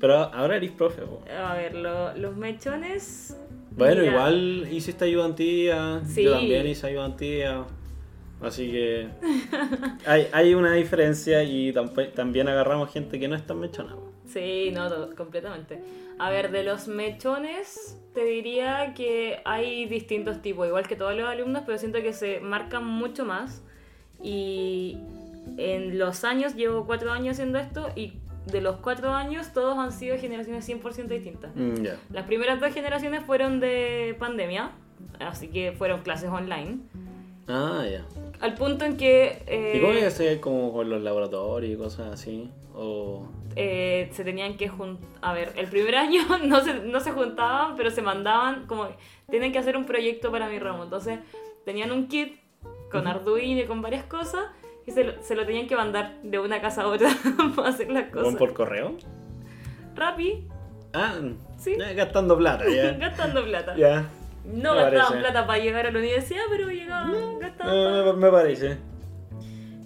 Speaker 1: Pero ahora eres profe, po.
Speaker 2: a ver, lo- los mechones.
Speaker 1: Bueno,
Speaker 2: mira,
Speaker 1: igual hiciste ayudantía,
Speaker 2: Sí.
Speaker 1: yo también hice ayudantía, así que hay, hay una diferencia y tamp- también agarramos gente que no es tan mechona. po.
Speaker 2: Sí, no, to- completamente. A ver, de los mechones te diría que hay distintos tipos, igual que todos los alumnos, pero siento que se marcan mucho más. Y en los años, llevo cuatro años haciendo esto, y de los cuatro años todos han sido generaciones 100% distintas.
Speaker 1: Mm, ya.
Speaker 2: Las primeras dos generaciones fueron de pandemia, así que fueron clases online.
Speaker 1: Ah, ya.
Speaker 2: Al punto en que... eh,
Speaker 1: ¿Y cómo es hacer como con los laboratorios y cosas así? O...
Speaker 2: eh, se tenían que juntar. A ver, el primer año no se, no se juntaban, pero se mandaban como. Tienen que hacer un proyecto para mi ramo. Entonces, tenían un kit con Arduino y con varias cosas. Y se lo, se lo tenían que mandar de una casa a otra para hacer las
Speaker 1: ¿Van
Speaker 2: cosas.
Speaker 1: por correo?
Speaker 2: Rapi,
Speaker 1: Ah,
Speaker 2: Sí.
Speaker 1: ya, gastando plata, ya.
Speaker 2: gastando plata.
Speaker 1: ya.
Speaker 2: No
Speaker 1: me
Speaker 2: gastaban
Speaker 1: parece.
Speaker 2: plata para llegar a la universidad, pero llegaban, gastaban para-
Speaker 1: Eh, me, me parece.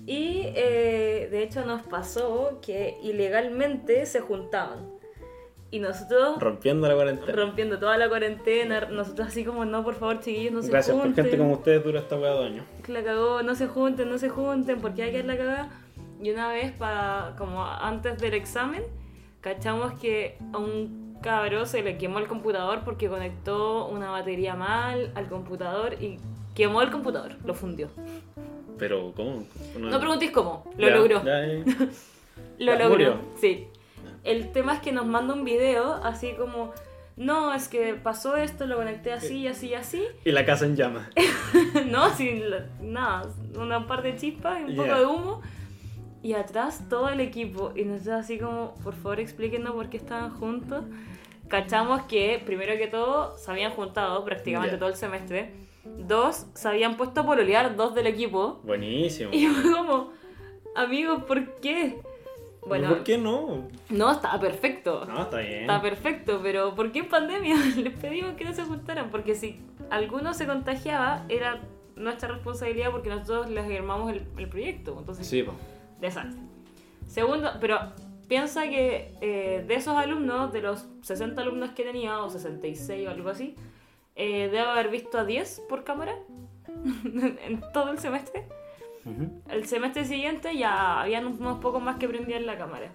Speaker 2: Y eh, de hecho nos pasó que ilegalmente se juntaban. Y nosotros
Speaker 1: Rompiendo la cuarentena.
Speaker 2: rompiendo toda la cuarentena, nosotros así como, no, por favor, chiquillos, no se
Speaker 1: Gracias por
Speaker 2: junten.
Speaker 1: gente como ustedes dura esta hueá de años.
Speaker 2: La cagó, no se junten, no se junten, porque hay que la cagada. Y una vez, para, como antes del examen, cachamos que a un cabro se le quemó el computador porque conectó una batería mal al computador y quemó el computador, lo fundió.
Speaker 1: Pero, ¿cómo? Una-
Speaker 2: No preguntéis cómo, lo
Speaker 1: Ya,
Speaker 2: logró.
Speaker 1: ya, eh.
Speaker 2: Lo
Speaker 1: Ya,
Speaker 2: logró.
Speaker 1: murió.
Speaker 2: Sí. El tema es que nos manda un video así como, no, es que pasó esto, lo conecté así y así y así.
Speaker 1: Y la casa en llamas.
Speaker 2: no, sin la- nada, una par de chispas y un
Speaker 1: Ya.
Speaker 2: poco de humo. Y atrás todo el equipo. Y nosotros así como, por favor explíquenos por qué estaban juntos. Cachamos que, primero que todo, se habían juntado prácticamente
Speaker 1: Ya.
Speaker 2: todo el semestre. Dos, se habían puesto a pololear dos del equipo.
Speaker 1: Buenísimo.
Speaker 2: Y fue como, amigos, ¿por qué? Bueno,
Speaker 1: ¿Por qué no?
Speaker 2: no, estaba perfecto.
Speaker 1: No, está bien.
Speaker 2: Está perfecto, pero ¿por qué en pandemia? Les pedimos que no se juntaran, porque si alguno se contagiaba, era nuestra responsabilidad porque nosotros les armamos el, el proyecto. Entonces,
Speaker 1: Sí, po.
Speaker 2: desastre. Segundo, pero piensa que eh, de esos alumnos, de los 60 alumnos que tenía, o 66 o algo así, eh, debo haber visto a 10 por cámara en todo el semestre. El semestre siguiente ya habían unos pocos más que prendían la cámara.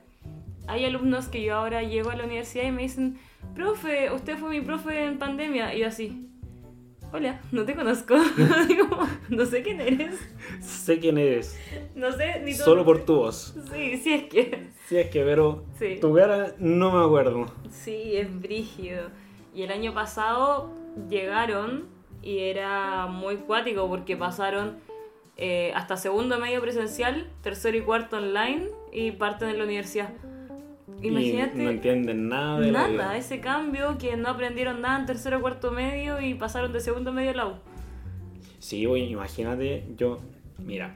Speaker 2: Hay alumnos que yo ahora llego a la universidad y me dicen, profe, usted fue mi profe en pandemia. Y yo así, hola, no te conozco. Digo, no sé quién eres.
Speaker 1: Sé quién eres.
Speaker 2: No sé ni tu
Speaker 1: Solo por tu voz.
Speaker 2: Sí, sí es que.
Speaker 1: Si es que, pero
Speaker 2: Sí.
Speaker 1: tu cara no me acuerdo.
Speaker 2: Sí, es brígido. Y el año pasado llegaron y era muy cuático porque pasaron eh, hasta segundo medio presencial, tercero y cuarto online y parte de la universidad. Imagínate.
Speaker 1: Y no entienden nada de la
Speaker 2: Nada,
Speaker 1: vida.
Speaker 2: ese cambio que no aprendieron nada en tercero, cuarto medio y pasaron de segundo medio a la U.
Speaker 1: Sí, oye, imagínate, yo, mira,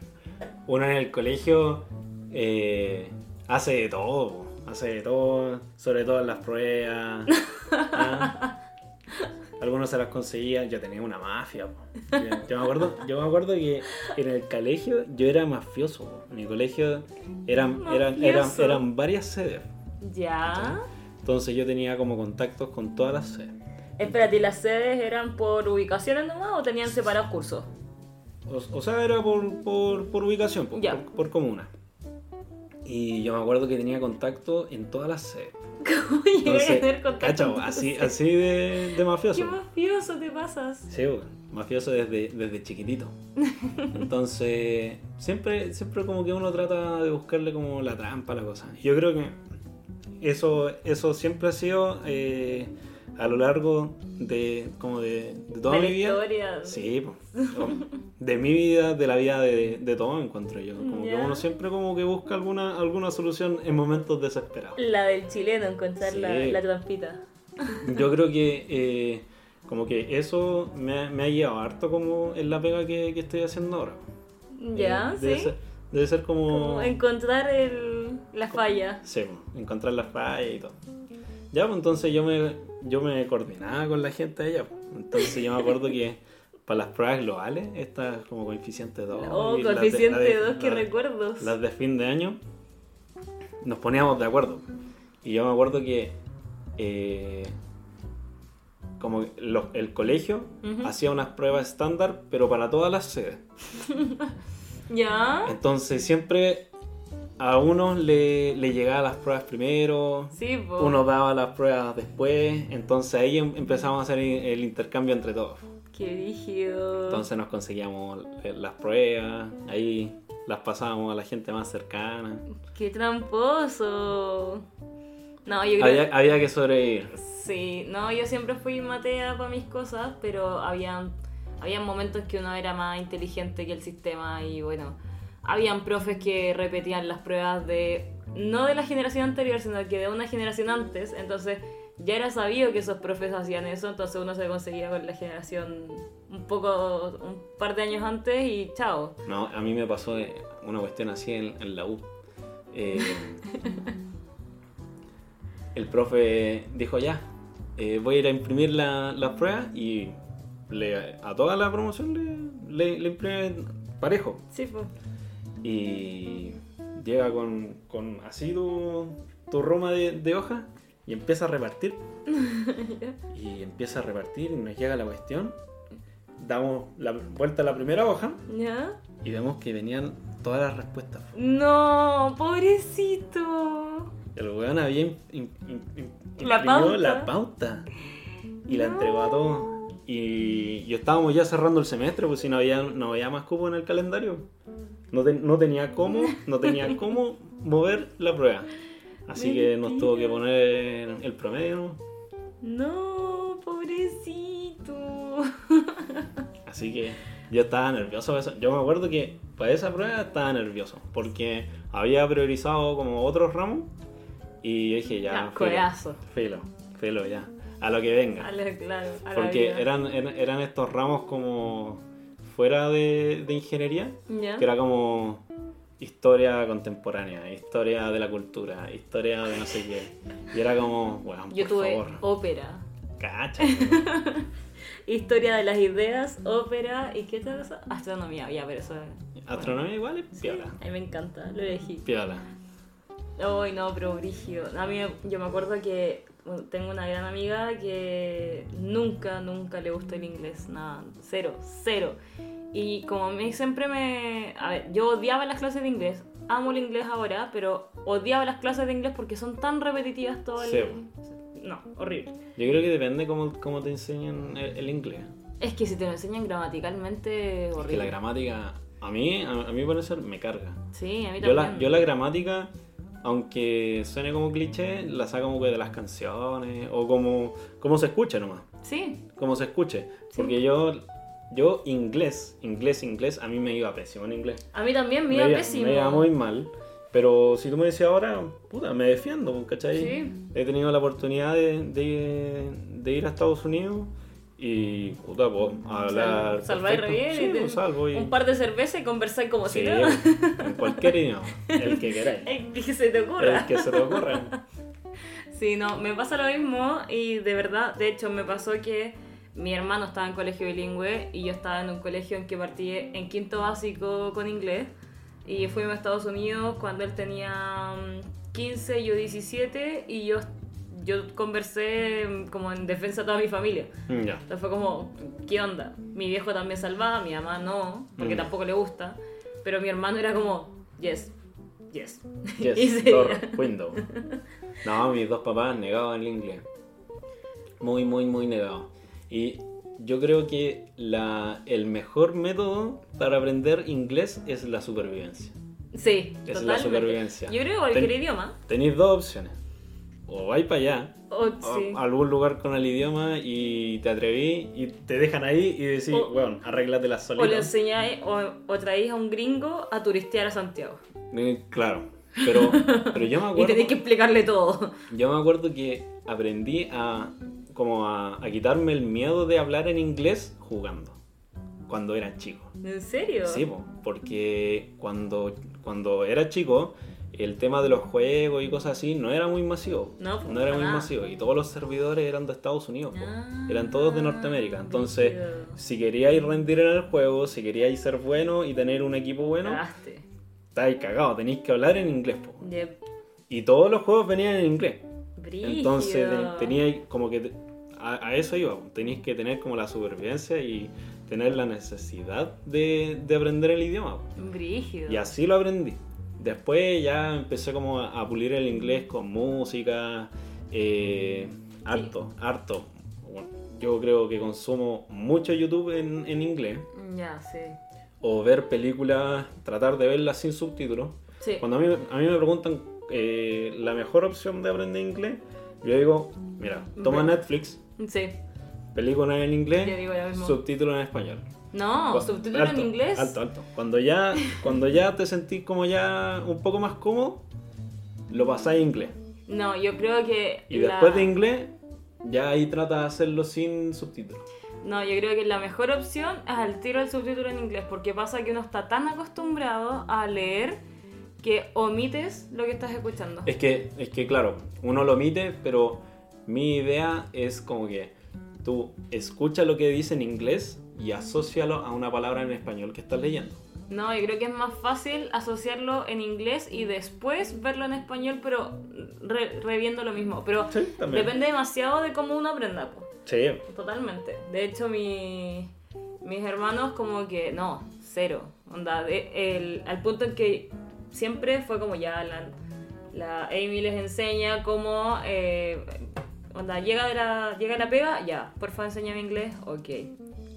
Speaker 1: uno en el colegio eh, hace de todo, po, hace de todo, sobre todo en las pruebas. ¿ah? Algunos se las conseguían, yo tenía una mafia. po. Yo, yo me acuerdo, yo me acuerdo que en el colegio yo era mafioso. po. En el colegio eran, eran, eran,
Speaker 2: Mafioso.
Speaker 1: eran varias sedes.
Speaker 2: Ya.
Speaker 1: Entonces yo tenía como contactos con todas las sedes.
Speaker 2: Espérate, ¿y las sedes eran por ubicaciones nomás o tenían separados cursos?
Speaker 1: O, o sea, era por, por, por ubicación, por,
Speaker 2: Ya.
Speaker 1: por- por comuna. Y yo me acuerdo que tenía contacto en todas las sedes.
Speaker 2: ¿Cómo llegué a
Speaker 1: Entonces,
Speaker 2: tener contacto?
Speaker 1: cacho,
Speaker 2: con tu
Speaker 1: así,
Speaker 2: sede?
Speaker 1: así de, de mafioso.
Speaker 2: ¿Qué mafioso te pasas?
Speaker 1: Sí, bueno, mafioso desde, desde chiquitito. Entonces, siempre, siempre como que uno trata de buscarle como la trampa a la cosa. Yo creo que eso, eso siempre ha sido eh, a lo largo de, como de, de toda
Speaker 2: De
Speaker 1: mi
Speaker 2: la
Speaker 1: vida.
Speaker 2: historia.
Speaker 1: Sí, po. de mi vida, de la vida de, de todo encuentro yo. Como que
Speaker 2: Ya.
Speaker 1: uno siempre como que busca alguna, alguna solución en momentos desesperados.
Speaker 2: La del chileno, encontrar
Speaker 1: Sí.
Speaker 2: la, la trampita.
Speaker 1: Yo creo que eh, como que eso me, ha- me ha llevado harto como en la pega que, que estoy haciendo ahora.
Speaker 2: Ya,
Speaker 1: Eh, Oh. debe
Speaker 2: sí.
Speaker 1: Ser, debe ser como...
Speaker 2: Como encontrar el,
Speaker 1: Oh.
Speaker 2: la falla.
Speaker 1: Sí, po, encontrar las fallas y todo. Ya, pues entonces yo me, yo me coordinaba con la gente de allá. po. Entonces yo me acuerdo que para las pruebas globales, estas como coeficiente 2.
Speaker 2: Oh,
Speaker 1: y las de- las
Speaker 2: coeficiente
Speaker 1: de-
Speaker 2: 2, qué
Speaker 1: las de-
Speaker 2: recuerdos.
Speaker 1: las de fin de año, nos poníamos de acuerdo. Y yo me acuerdo que eh, como que los- el colegio
Speaker 2: Ujú.
Speaker 1: hacía unas pruebas estándar, pero para todas las sedes.
Speaker 2: ¿Ya?
Speaker 1: Entonces siempre a unos le, le llegaban las pruebas primero,
Speaker 2: Sí, po.
Speaker 1: uno daba las pruebas después, entonces ahí em- empezamos a hacer el intercambio entre todos.
Speaker 2: Qué rígido.
Speaker 1: Entonces nos conseguíamos las pruebas, ahí las pasábamos a la gente más cercana.
Speaker 2: Qué tramposo. No, yo creo
Speaker 1: Había, había que sobrevivir.
Speaker 2: Sí, no, yo siempre fui matea para mis cosas, pero habían, habían momentos que uno era más inteligente que el sistema y bueno, habían profes que repetían las pruebas de, no de la generación anterior, sino que de una generación antes, entonces ya era sabido que esos profes hacían eso, entonces uno se conseguía con la generación un poco, un par de años antes y chao.
Speaker 1: No, a mí me pasó eh, una cuestión así en, en la U. Eh, el profe dijo ya, eh, voy a ir a imprimir la- las pruebas y le- a toda la promoción le, le, le imprimen parejo.
Speaker 2: Sí, pues.
Speaker 1: Y llega con, con así tu, tu roma de, de hoja y empieza a repartir. y empieza a repartir y nos llega la cuestión. Damos la vuelta a la primera hoja.
Speaker 2: ¿Ya?
Speaker 1: Y vemos que venían todas las respuestas.
Speaker 2: No, pobrecito.
Speaker 1: El weón había im- im- im- im-
Speaker 2: La
Speaker 1: imprimido
Speaker 2: pauta.
Speaker 1: la pauta y la
Speaker 2: No.
Speaker 1: entregó a todos. Y yo estábamos ya cerrando el semestre, pues si no había, no había más cupo en el calendario. No, te- no tenía cómo, no tenía cómo mover la prueba. Así que nos tuvo que poner el promedio.
Speaker 2: No, pobrecito.
Speaker 1: Así que yo estaba nervioso. para eso. Yo me acuerdo que para esa prueba estaba nervioso porque había priorizado como otros ramos y yo dije ya,
Speaker 2: Ya,
Speaker 1: filo,
Speaker 2: codazo.
Speaker 1: filo, filo, ya, a lo que venga.
Speaker 2: A la- claro, a la
Speaker 1: Porque
Speaker 2: vida.
Speaker 1: eran, eran, eran estos ramos como fuera de, de ingeniería,
Speaker 2: ¿Ya?
Speaker 1: que era como historia contemporánea, historia de la cultura, historia de no sé qué. Y era como, bueno,
Speaker 2: Yo
Speaker 1: por
Speaker 2: tuve
Speaker 1: favor,
Speaker 2: ópera.
Speaker 1: cacha.
Speaker 2: Historia de las ideas, ópera y qué otra cosa? Ah, Astronomía, ya, pero eso.
Speaker 1: Astronomía igual es
Speaker 2: Sí,
Speaker 1: piola,
Speaker 2: a mí me encanta, lo elegí.
Speaker 1: piola.
Speaker 2: Ay, no, pero brígido. A mí, yo me acuerdo que bueno, tengo una gran amiga que nunca, nunca le gustó el inglés, nada, cero, cero. Y como a mí siempre me... A ver, yo odiaba las clases de inglés, amo el inglés ahora, pero odiaba las clases de inglés porque son tan repetitivas todo el...
Speaker 1: Sí.
Speaker 2: No, horrible.
Speaker 1: Yo creo que depende cómo, cómo te enseñan el, el inglés.
Speaker 2: Es que si te lo enseñan gramaticalmente,
Speaker 1: Es que la
Speaker 2: horrible.
Speaker 1: gramática, a mí, a, a mi parecer, me carga.
Speaker 2: sí, a mí también.
Speaker 1: Yo la, yo la gramática, aunque suene como cliché, la saco como que de las canciones o como, como se escucha nomás.
Speaker 2: Sí,
Speaker 1: Como se escuche.
Speaker 2: Sí.
Speaker 1: Porque yo Yo, inglés, inglés, inglés, a mí me iba pésimo en inglés.
Speaker 2: A mí también me
Speaker 1: Me
Speaker 2: iba
Speaker 1: iba-
Speaker 2: pésimo.
Speaker 1: Me iba muy mal. Pero si tú me decías ahora, puta, me defiendo, ¿cachai?
Speaker 2: Sí.
Speaker 1: He tenido la oportunidad de, de- de ir a Estados Unidos y, puta, pues, hablar.
Speaker 2: Salváis re
Speaker 1: perfecto.
Speaker 2: bien.
Speaker 1: Sí,
Speaker 2: y te-
Speaker 1: pues, salvo y.
Speaker 2: Un par de cervezas y conversar como
Speaker 1: Sí,
Speaker 2: si nada.
Speaker 1: en cualquier idioma, el que queráis.
Speaker 2: El que se te ocurra.
Speaker 1: El que se te ocurra.
Speaker 2: Sí, no, me pasa lo mismo y de verdad, de hecho, me pasó que mi hermano estaba en colegio bilingüe y yo estaba en un colegio en que partí en quinto básico con inglés y fuimos a Estados Unidos cuando él tenía mm, 15, y yo 17 y yo, yo conversé mm, como en defensa de toda mi familia.
Speaker 1: Ya.
Speaker 2: Entonces fue como, ¿qué onda? Mi viejo también salvaba, mi mamá no, porque
Speaker 1: Mm.
Speaker 2: tampoco le gusta, pero mi hermano era como, yes, yes.
Speaker 1: Yes,
Speaker 2: Y se-
Speaker 1: door, window. No, mis dos papás negados el inglés. Muy, muy, muy negados. Y yo creo que la, el mejor método para aprender inglés es la supervivencia.
Speaker 2: Sí,
Speaker 1: Es la
Speaker 2: totalmente.
Speaker 1: supervivencia.
Speaker 2: Yo creo que cualquier
Speaker 1: Ten-
Speaker 2: idioma.
Speaker 1: Tenéis dos opciones. O vais para allá,
Speaker 2: O,
Speaker 1: o
Speaker 2: sí.
Speaker 1: a algún lugar con el idioma y te atreví y te dejan ahí y decís,
Speaker 2: O-
Speaker 1: bueno, arréglate la
Speaker 2: O le
Speaker 1: solita.
Speaker 2: enseñáis o, o traéis a un gringo a turistear a Santiago.
Speaker 1: Eh, Claro, pero, pero yo me acuerdo...
Speaker 2: Y tenéis que explicarle todo.
Speaker 1: Yo me acuerdo que aprendí a como a, a quitarme el miedo de hablar en inglés jugando cuando era chico.
Speaker 2: ¿En serio?
Speaker 1: Sí, po, porque cuando, cuando era chico el tema de los juegos y cosas así no era muy masivo.
Speaker 2: No, pues,
Speaker 1: era
Speaker 2: para
Speaker 1: muy
Speaker 2: nada.
Speaker 1: masivo y todos los servidores eran de Estados Unidos, po.
Speaker 2: Ah,
Speaker 1: eran todos de Norteamérica. Entonces,
Speaker 2: brígido.
Speaker 1: si queríais rendir en el juego, si queríais ser bueno y tener un equipo bueno,
Speaker 2: Cagaste.
Speaker 1: estáis cagados, tenéis que hablar en inglés, po.
Speaker 2: De
Speaker 1: Y todos los juegos venían en inglés.
Speaker 2: brígido.
Speaker 1: Entonces te- tenía como que... te- A, a eso iba, tenéis que tener como la supervivencia y tener la necesidad de, de aprender el idioma.
Speaker 2: Brígido.
Speaker 1: Y así lo aprendí. Después ya empecé como a a pulir el inglés con música, eh, harto, harto. Bueno, yo creo que consumo mucho YouTube en, en inglés
Speaker 2: Ya, sí.
Speaker 1: o ver películas, tratar de verlas sin subtítulos.
Speaker 2: Sí.
Speaker 1: Cuando a mí, a mí me preguntan eh, la mejor opción de aprender inglés, yo digo, mira, toma
Speaker 2: Ve.
Speaker 1: Netflix,
Speaker 2: Sí.
Speaker 1: película en
Speaker 2: Yo
Speaker 1: inglés,
Speaker 2: digo lo mismo.
Speaker 1: subtítulo en español.
Speaker 2: No,
Speaker 1: Cu-
Speaker 2: subtítulo en
Speaker 1: alto,
Speaker 2: inglés.
Speaker 1: Alto, alto. Cuando ya, cuando ya te sentís como ya un poco más cómodo, lo pasás a inglés.
Speaker 2: No, yo creo que.
Speaker 1: Y
Speaker 2: la-
Speaker 1: después de inglés, ya ahí tratas de hacerlo sin subtítulos.
Speaker 2: No, yo creo que la mejor opción es al tiro del subtítulo en inglés, porque pasa que uno está tan acostumbrado a leer que omites lo que estás escuchando.
Speaker 1: Es que, es que claro, uno lo omite, pero mi idea es como que tú escucha lo que dice en inglés y asócialo a una palabra en español que estás leyendo.
Speaker 2: No, yo creo que es más fácil asociarlo en inglés y después verlo en español, pero re- reviendo lo mismo. Pero
Speaker 1: Sí,
Speaker 2: depende demasiado de cómo uno aprenda, po.
Speaker 1: Sí,
Speaker 2: totalmente. De hecho, mi- mis hermanos como que, no, cero. Onda, de- el- al punto en que siempre fue como ya la, la Amy les enseña cómo... eh, onda, llega de la, llega de la pega, ya, porfa, enséñame inglés, ok.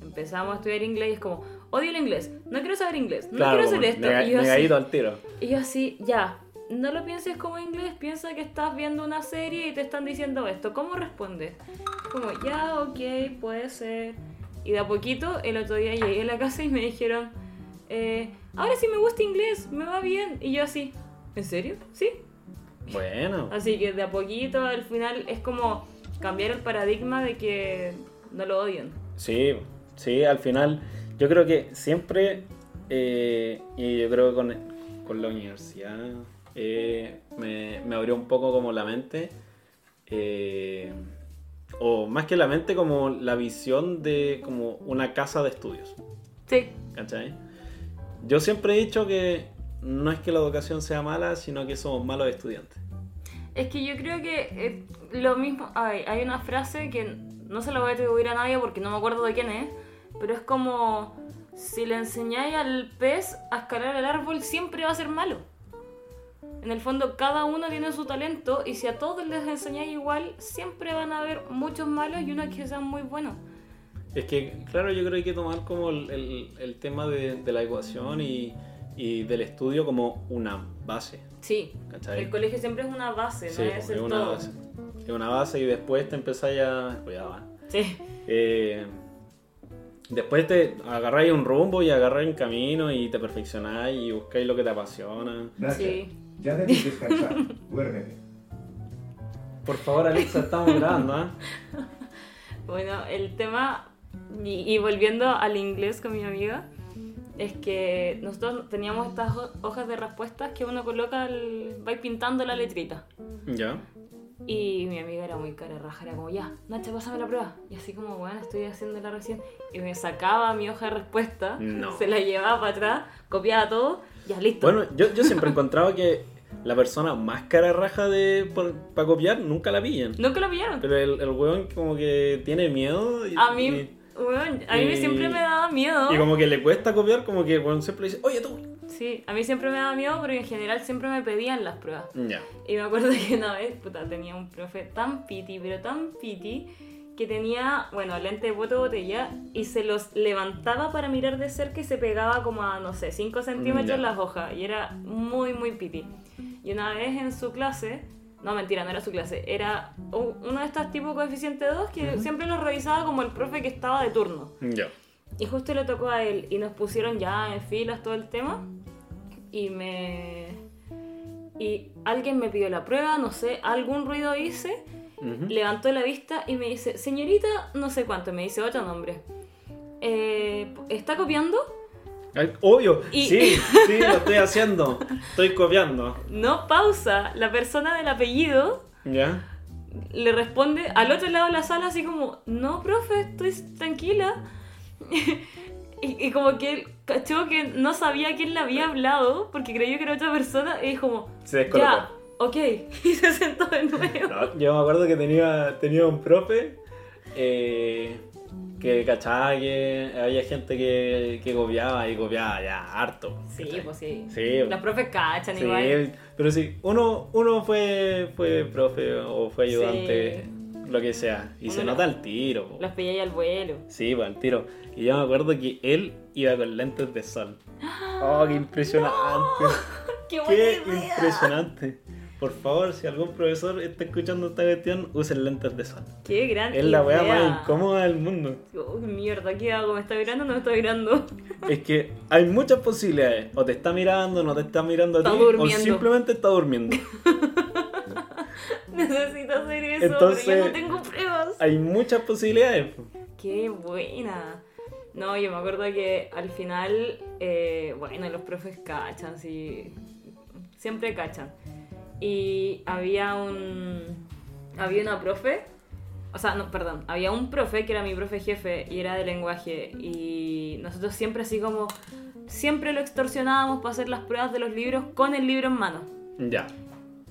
Speaker 2: Empezamos a estudiar inglés y es como, odio el inglés, no quiero saber inglés, no
Speaker 1: claro,
Speaker 2: quiero hacer
Speaker 1: como
Speaker 2: esto.
Speaker 1: nega-
Speaker 2: y yo así-
Speaker 1: negadito al tiro.
Speaker 2: y yo así, ya, no lo pienses como inglés, piensa que estás viendo una serie y te están diciendo esto. ¿Cómo respondes? Como, ya, ok, puede ser. Y de a poquito, el otro día llegué a la casa y me dijeron, eh, ahora sí me gusta inglés, me va bien. Y yo así, ¿en serio? Sí.
Speaker 1: Bueno,
Speaker 2: Así que de a poquito, al final, es como cambiar el paradigma de que no lo odian.
Speaker 1: sí, sí, al final yo creo que siempre, eh, y yo creo que con, con la universidad eh, me, me abrió un poco como la mente, eh, o más que la mente como la visión de como una casa de estudios,
Speaker 2: Sí,
Speaker 1: ¿cachai? Yo siempre he dicho que no es que la educación sea mala, sino que somos malos estudiantes.
Speaker 2: Es que yo creo que eh, lo mismo. ay, hay una frase que no se la voy a atribuir a nadie porque no me acuerdo de quién es, pero es como: si le enseñáis al pez a escalar el árbol, siempre va a ser malo. En el fondo, cada uno tiene su talento y si a todos les enseñáis igual, siempre van a haber muchos malos y unos que sean muy buenos.
Speaker 1: Es que, claro, yo creo que hay que tomar como el, el- el tema de, de la ecuación y, y del estudio como una base,
Speaker 2: Sí,
Speaker 1: ¿cachai?
Speaker 2: el colegio siempre es una base, no
Speaker 1: Sí,
Speaker 2: es
Speaker 1: es
Speaker 2: el
Speaker 1: una
Speaker 2: todo.
Speaker 1: base. Es una base y después te empezáis a... Cuidado, ah.
Speaker 2: Sí,
Speaker 1: Eh, Después te agarráis un rumbo y agarráis un camino y te perfeccionáis y buscáis lo que te apasiona.
Speaker 3: Nacha,
Speaker 2: Sí.
Speaker 3: ya debes descansar. Duérmete.
Speaker 1: Por favor, Alexa, estamos grabando, ¿ah?
Speaker 2: Bueno, el tema, y, y volviendo al inglés con mi amiga, es que nosotros teníamos estas ho- hojas de respuestas que uno coloca, al, va pintando la letrita.
Speaker 1: Ya.
Speaker 2: Y mi amiga era muy cara raja, era como, ya, Nacha, pásame la prueba. Y así como, bueno, estoy haciéndola recién. Y me sacaba mi hoja de respuesta,
Speaker 1: No.
Speaker 2: se la llevaba para atrás, copiaba todo, ya listo.
Speaker 1: Bueno, yo, yo siempre he encontrado que la persona más cara raja de para copiar nunca la pillan.
Speaker 2: Nunca lo pillaron.
Speaker 1: Pero el, el weón como que tiene miedo. Y,
Speaker 2: A mí,
Speaker 1: Y,
Speaker 2: weón, a mí
Speaker 1: y-
Speaker 2: siempre me daba miedo.
Speaker 1: y como que le cuesta copiar, como que el weón siempre dice, oye tú.
Speaker 2: Sí, a mí siempre me daba miedo, pero en general siempre me pedían las pruebas.
Speaker 1: Ya.
Speaker 2: Y me acuerdo que una vez, puta, tenía un profe tan piti, pero tan piti, que tenía, bueno, lente de bote botella y se los levantaba para mirar de cerca y se pegaba como a, no sé, 5 centímetros
Speaker 1: Ya.
Speaker 2: las hojas. Y era muy, muy piti. Y una vez en su clase, no, mentira, no era su clase, era u- uno de estos tipos coeficiente 2 que siempre los revisaba como el profe que estaba de turno.
Speaker 1: Ya.
Speaker 2: Y justo le tocó a él y nos pusieron ya en filas todo el tema. Y me. Y alguien me pidió la prueba, no sé, algún ruido hice,
Speaker 1: Ujú.
Speaker 2: levantó la vista y me dice, señorita, no sé cuánto, me dice otro nombre. "Eh, ¿Está copiando?
Speaker 1: Ay, Obvio.
Speaker 2: Y-
Speaker 1: Sí, sí, lo estoy haciendo. Estoy copiando.
Speaker 2: No pausa. La persona del apellido
Speaker 1: Ya.
Speaker 2: le responde al otro lado de la sala así como, no, profe, estoy tranquila. y, y como que él cachó que no sabía quién le había hablado porque creyó que era otra persona y dijo como,
Speaker 1: Se descolocó.
Speaker 2: ya, ok. Y se sentó de nuevo.
Speaker 1: No, yo me acuerdo que tenía, tenía un profe eh, que cachaba que había gente que, que copiaba y copiaba ya harto.
Speaker 2: Sí,
Speaker 1: ¿cachai?
Speaker 2: pues sí.
Speaker 1: Sí,
Speaker 2: Los profes cachan
Speaker 1: sí,
Speaker 2: igual.
Speaker 1: pero sí, uno, uno fue, fue profe o fue ayudante,
Speaker 2: Sí.
Speaker 1: lo que sea, y
Speaker 2: Uno
Speaker 1: se
Speaker 2: lo-
Speaker 1: nota el tiro. po.
Speaker 2: Los pillé ahí al vuelo.
Speaker 1: Sí, pues el tiro. Y yo me acuerdo que él iba con lentes de sol. Oh, qué impresionante.
Speaker 2: ¡Ah! ¡Qué buena
Speaker 1: Qué
Speaker 2: idea!
Speaker 1: impresionante. Por favor, si algún profesor está escuchando esta cuestión, usen lentes de sol.
Speaker 2: ¡Qué gran
Speaker 1: Es la weá
Speaker 2: idea!
Speaker 1: más incómoda del mundo.
Speaker 2: Uy, mierda, ¿qué hago? ¿Me está mirando o no me está mirando?
Speaker 1: Es que hay muchas posibilidades. O te está mirando, no te está mirando a
Speaker 2: Está
Speaker 1: ti,
Speaker 2: durmiendo.
Speaker 1: o simplemente está durmiendo.
Speaker 2: Necesito hacer eso, pero
Speaker 1: Entonces-
Speaker 2: yo no tengo pruebas.
Speaker 1: Hay muchas posibilidades. po.
Speaker 2: ¡Qué buena! No, yo me acuerdo que al final, eh, bueno, los profes cachan, sí. Siempre cachan. Y había un. Había una profe. O sea, no, perdón. Había un profe que era mi profe jefe y era de lenguaje. Y nosotros siempre así como. Siempre lo extorsionábamos para hacer las pruebas de los libros con el libro en mano.
Speaker 1: Ya.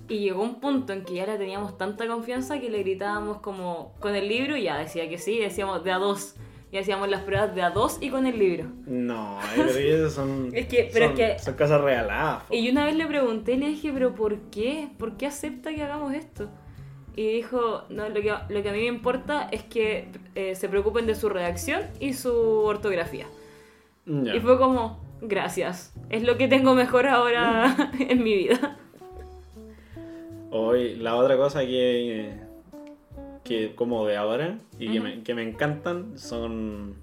Speaker 2: Y llegó un punto en que ya le teníamos tanta confianza que le gritábamos como con el libro y ya decía que sí, decíamos de a dos. Y hacíamos las pruebas de a dos y con el libro.
Speaker 1: No, yo creo que esas son.
Speaker 2: Es que- pero
Speaker 1: son-
Speaker 2: es que-
Speaker 1: Son casas regaladas. po.
Speaker 2: Y yo una vez le pregunté y le dije, pero ¿por qué? ¿Por qué acepta que hagamos esto? Y dijo, no, lo que, lo que a mí me importa es que eh, se preocupen de su redacción y su ortografía.
Speaker 1: Ya.
Speaker 2: Y fue como, gracias, es lo que tengo mejor ahora en mi vida.
Speaker 1: Hoy, la otra cosa que. que como de ahora y que, me, que me encantan son.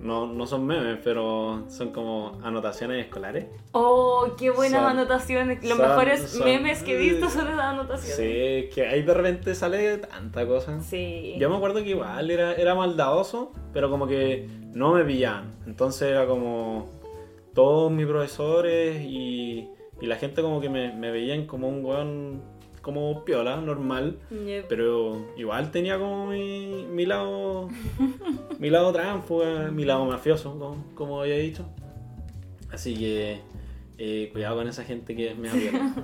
Speaker 1: No, no son memes, pero son como anotaciones escolares.
Speaker 2: Oh, qué buenas
Speaker 1: Son-
Speaker 2: anotaciones. Los
Speaker 1: son-
Speaker 2: mejores
Speaker 1: son-
Speaker 2: memes que he visto son esas anotaciones.
Speaker 1: Sí, que ahí de repente sale tanta cosa.
Speaker 2: Sí.
Speaker 1: Yo me acuerdo que igual era, era maldadoso, pero como que no me pillaban. Entonces era como todos mis profesores y, y la gente como que me, me veían como un weón, como piola, normal.
Speaker 2: Yep.
Speaker 1: Pero igual tenía como mi, mi lado, mi lado tránfuga, mi lado mafioso, como, como había dicho. Así que eh, cuidado con esa gente que me abierta.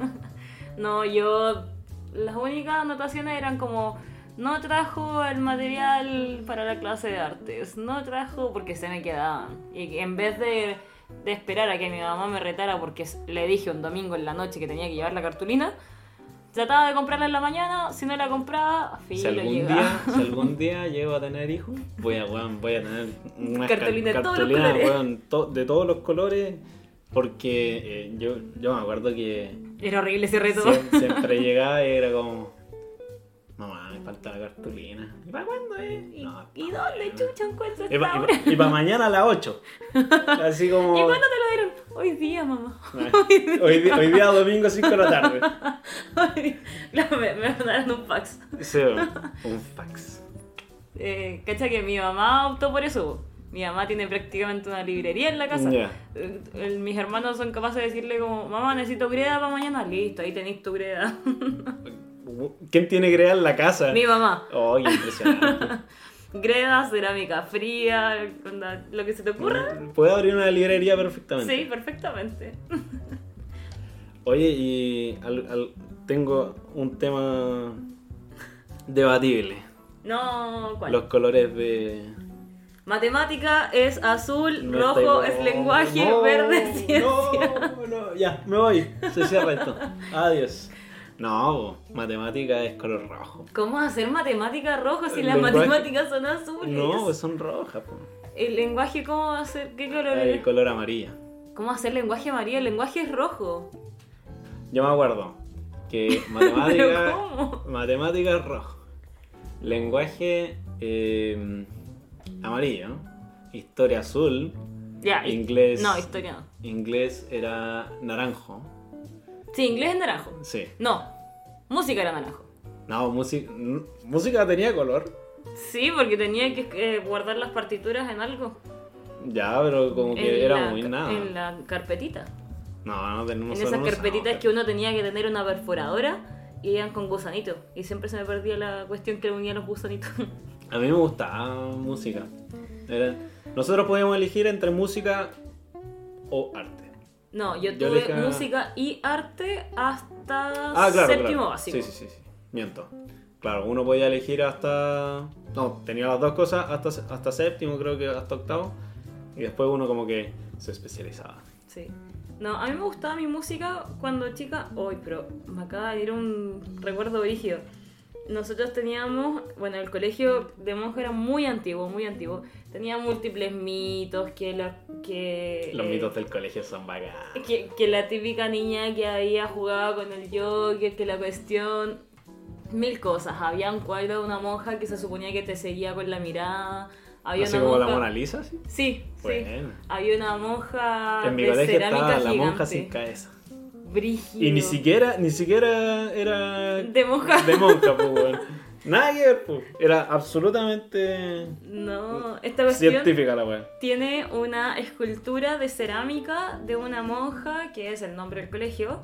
Speaker 2: No, yo. Las únicas anotaciones eran como. No trajo el material para la clase de artes. No trajo porque se me quedaban. Y que en vez de, de esperar a que mi mamá me retara porque s- le dije un domingo en la noche que tenía que llevar la cartulina, trataba de comprarla en la mañana. Si no la compraba,
Speaker 1: Si
Speaker 2: filo,
Speaker 1: algún,
Speaker 2: llegaba.
Speaker 1: día, si algún día llego a tener hijos, voy a, weón, voy a tener una
Speaker 2: Cartulina de todos los colores.
Speaker 1: de todos los colores. Porque eh, yo, yo me acuerdo que
Speaker 2: Era horrible ese reto.
Speaker 1: siem- siempre llegaba y era como, mamá, falta la cartulina. ¿Y para cuándo es?
Speaker 2: ¿Y,
Speaker 1: No,
Speaker 2: y
Speaker 1: pa'
Speaker 2: dónde
Speaker 1: mañana.
Speaker 2: chucha encuentro
Speaker 1: Y
Speaker 2: esta
Speaker 1: para
Speaker 2: hora?
Speaker 1: mañana a las 8. Así como. eh,
Speaker 2: ¿Y cuándo te lo dieron? Hoy día, mamá.
Speaker 1: Hoy, di- hoy día domingo 5 de la tarde.
Speaker 2: Claro, me, me mandaron un fax.
Speaker 1: Sí, un fax.
Speaker 2: Eh, Cacha que mi mamá optó por eso. po. Mi mamá tiene prácticamente una librería en la casa.
Speaker 1: Ya.
Speaker 2: Eh, el- mis hermanos son capaces de decirle como, mamá, necesito greda para mañana. Listo, ahí tenéis tu greda.
Speaker 1: ¿Quién tiene crear la casa?
Speaker 2: mi mamá.
Speaker 1: Oh, qué impresionante.
Speaker 2: Greda, cerámica fría, onda, lo que se te ocurra.
Speaker 1: Puede abrir una librería perfectamente.
Speaker 2: Sí, perfectamente.
Speaker 1: Oye, y al- al- tengo un tema debatible.
Speaker 2: No, ¿cuál?
Speaker 1: Los colores de...
Speaker 2: Matemática es azul,
Speaker 1: No
Speaker 2: rojo
Speaker 1: estoy-
Speaker 2: es lenguaje,
Speaker 1: No,
Speaker 2: verde es ciencia.
Speaker 1: No, no, ya, me voy. Se cierra esto. Adiós. No, bo, matemática es color rojo.
Speaker 2: ¿Cómo hacer matemática rojo si
Speaker 1: El
Speaker 2: las
Speaker 1: lenguaje-
Speaker 2: matemáticas son azules?
Speaker 1: No, pues son rojas. po.
Speaker 2: El lenguaje, ¿cómo va a ser? ¿Qué color
Speaker 1: El
Speaker 2: es?
Speaker 1: color amarillo.
Speaker 2: ¿Cómo hacer lenguaje amarillo? El lenguaje es rojo.
Speaker 1: Yo me acuerdo que
Speaker 2: ¿Pero
Speaker 1: matemática,
Speaker 2: cómo?
Speaker 1: matemática es rojo. Lenguaje eh, amarillo. Historia azul.
Speaker 2: Ya, hi-
Speaker 1: Inglés.
Speaker 2: Ah, No, historia no.
Speaker 1: Inglés era naranjo.
Speaker 2: Sí, inglés es naranjo.
Speaker 1: Sí.
Speaker 2: No, música era naranjo.
Speaker 1: No, música, música tenía color.
Speaker 2: Sí, porque tenía que eh, guardar las partituras en algo.
Speaker 1: Ya, pero como que
Speaker 2: en
Speaker 1: era
Speaker 2: la
Speaker 1: muy
Speaker 2: ca-
Speaker 1: nada.
Speaker 2: En la carpetita.
Speaker 1: No, no tenemos
Speaker 2: en
Speaker 1: solo
Speaker 2: esas
Speaker 1: unos
Speaker 2: carpetitas
Speaker 1: ojos.
Speaker 2: que uno tenía que tener una perforadora y iban con gusanitos. Y siempre se me perdía la cuestión que le unían los gusanitos.
Speaker 1: A mí me gustaba música. Era- Nosotros podíamos elegir entre música o arte.
Speaker 2: No, yo
Speaker 1: Yo
Speaker 2: tuve
Speaker 1: elegía-
Speaker 2: música y arte hasta
Speaker 1: Ah, claro.
Speaker 2: séptimo
Speaker 1: claro.
Speaker 2: básico.
Speaker 1: Sí, sí, sí, sí. Miento. Claro, uno podía elegir hasta. No, tenía las dos cosas, hasta, hasta séptimo, creo que hasta octavo. Y después uno como que se especializaba.
Speaker 2: Sí. No, a mí me gustaba mi música cuando chica. Hoy, pero me acaba de ir un recuerdo brígido. Nosotros teníamos, bueno, el colegio de monja era muy antiguo, muy antiguo. Tenía múltiples mitos, que la, que
Speaker 1: Los
Speaker 2: eh,
Speaker 1: mitos del colegio son bacanes.
Speaker 2: que, que la típica niña que había jugado con el Joker, que la cuestión. Mil cosas. Había un cuadro de una monja que se suponía que te seguía con la mirada. Había
Speaker 1: Así
Speaker 2: una
Speaker 1: como la
Speaker 2: monja.
Speaker 1: Mona Lisa, sí.
Speaker 2: Sí, sí.
Speaker 1: Bueno.
Speaker 2: Había una monja
Speaker 1: En mi
Speaker 2: de
Speaker 1: colegio
Speaker 2: cerámica
Speaker 1: estaba la
Speaker 2: gigante.
Speaker 1: monja sin cabeza.
Speaker 2: Brígido.
Speaker 1: Y ni siquiera, ni siquiera era
Speaker 2: De monja.
Speaker 1: de monja, pues, weón. Nada que ver, pues. Era absolutamente
Speaker 2: No, esta cuestión
Speaker 1: científica la weón.
Speaker 2: tiene una escultura de cerámica de una monja, que es el nombre del colegio,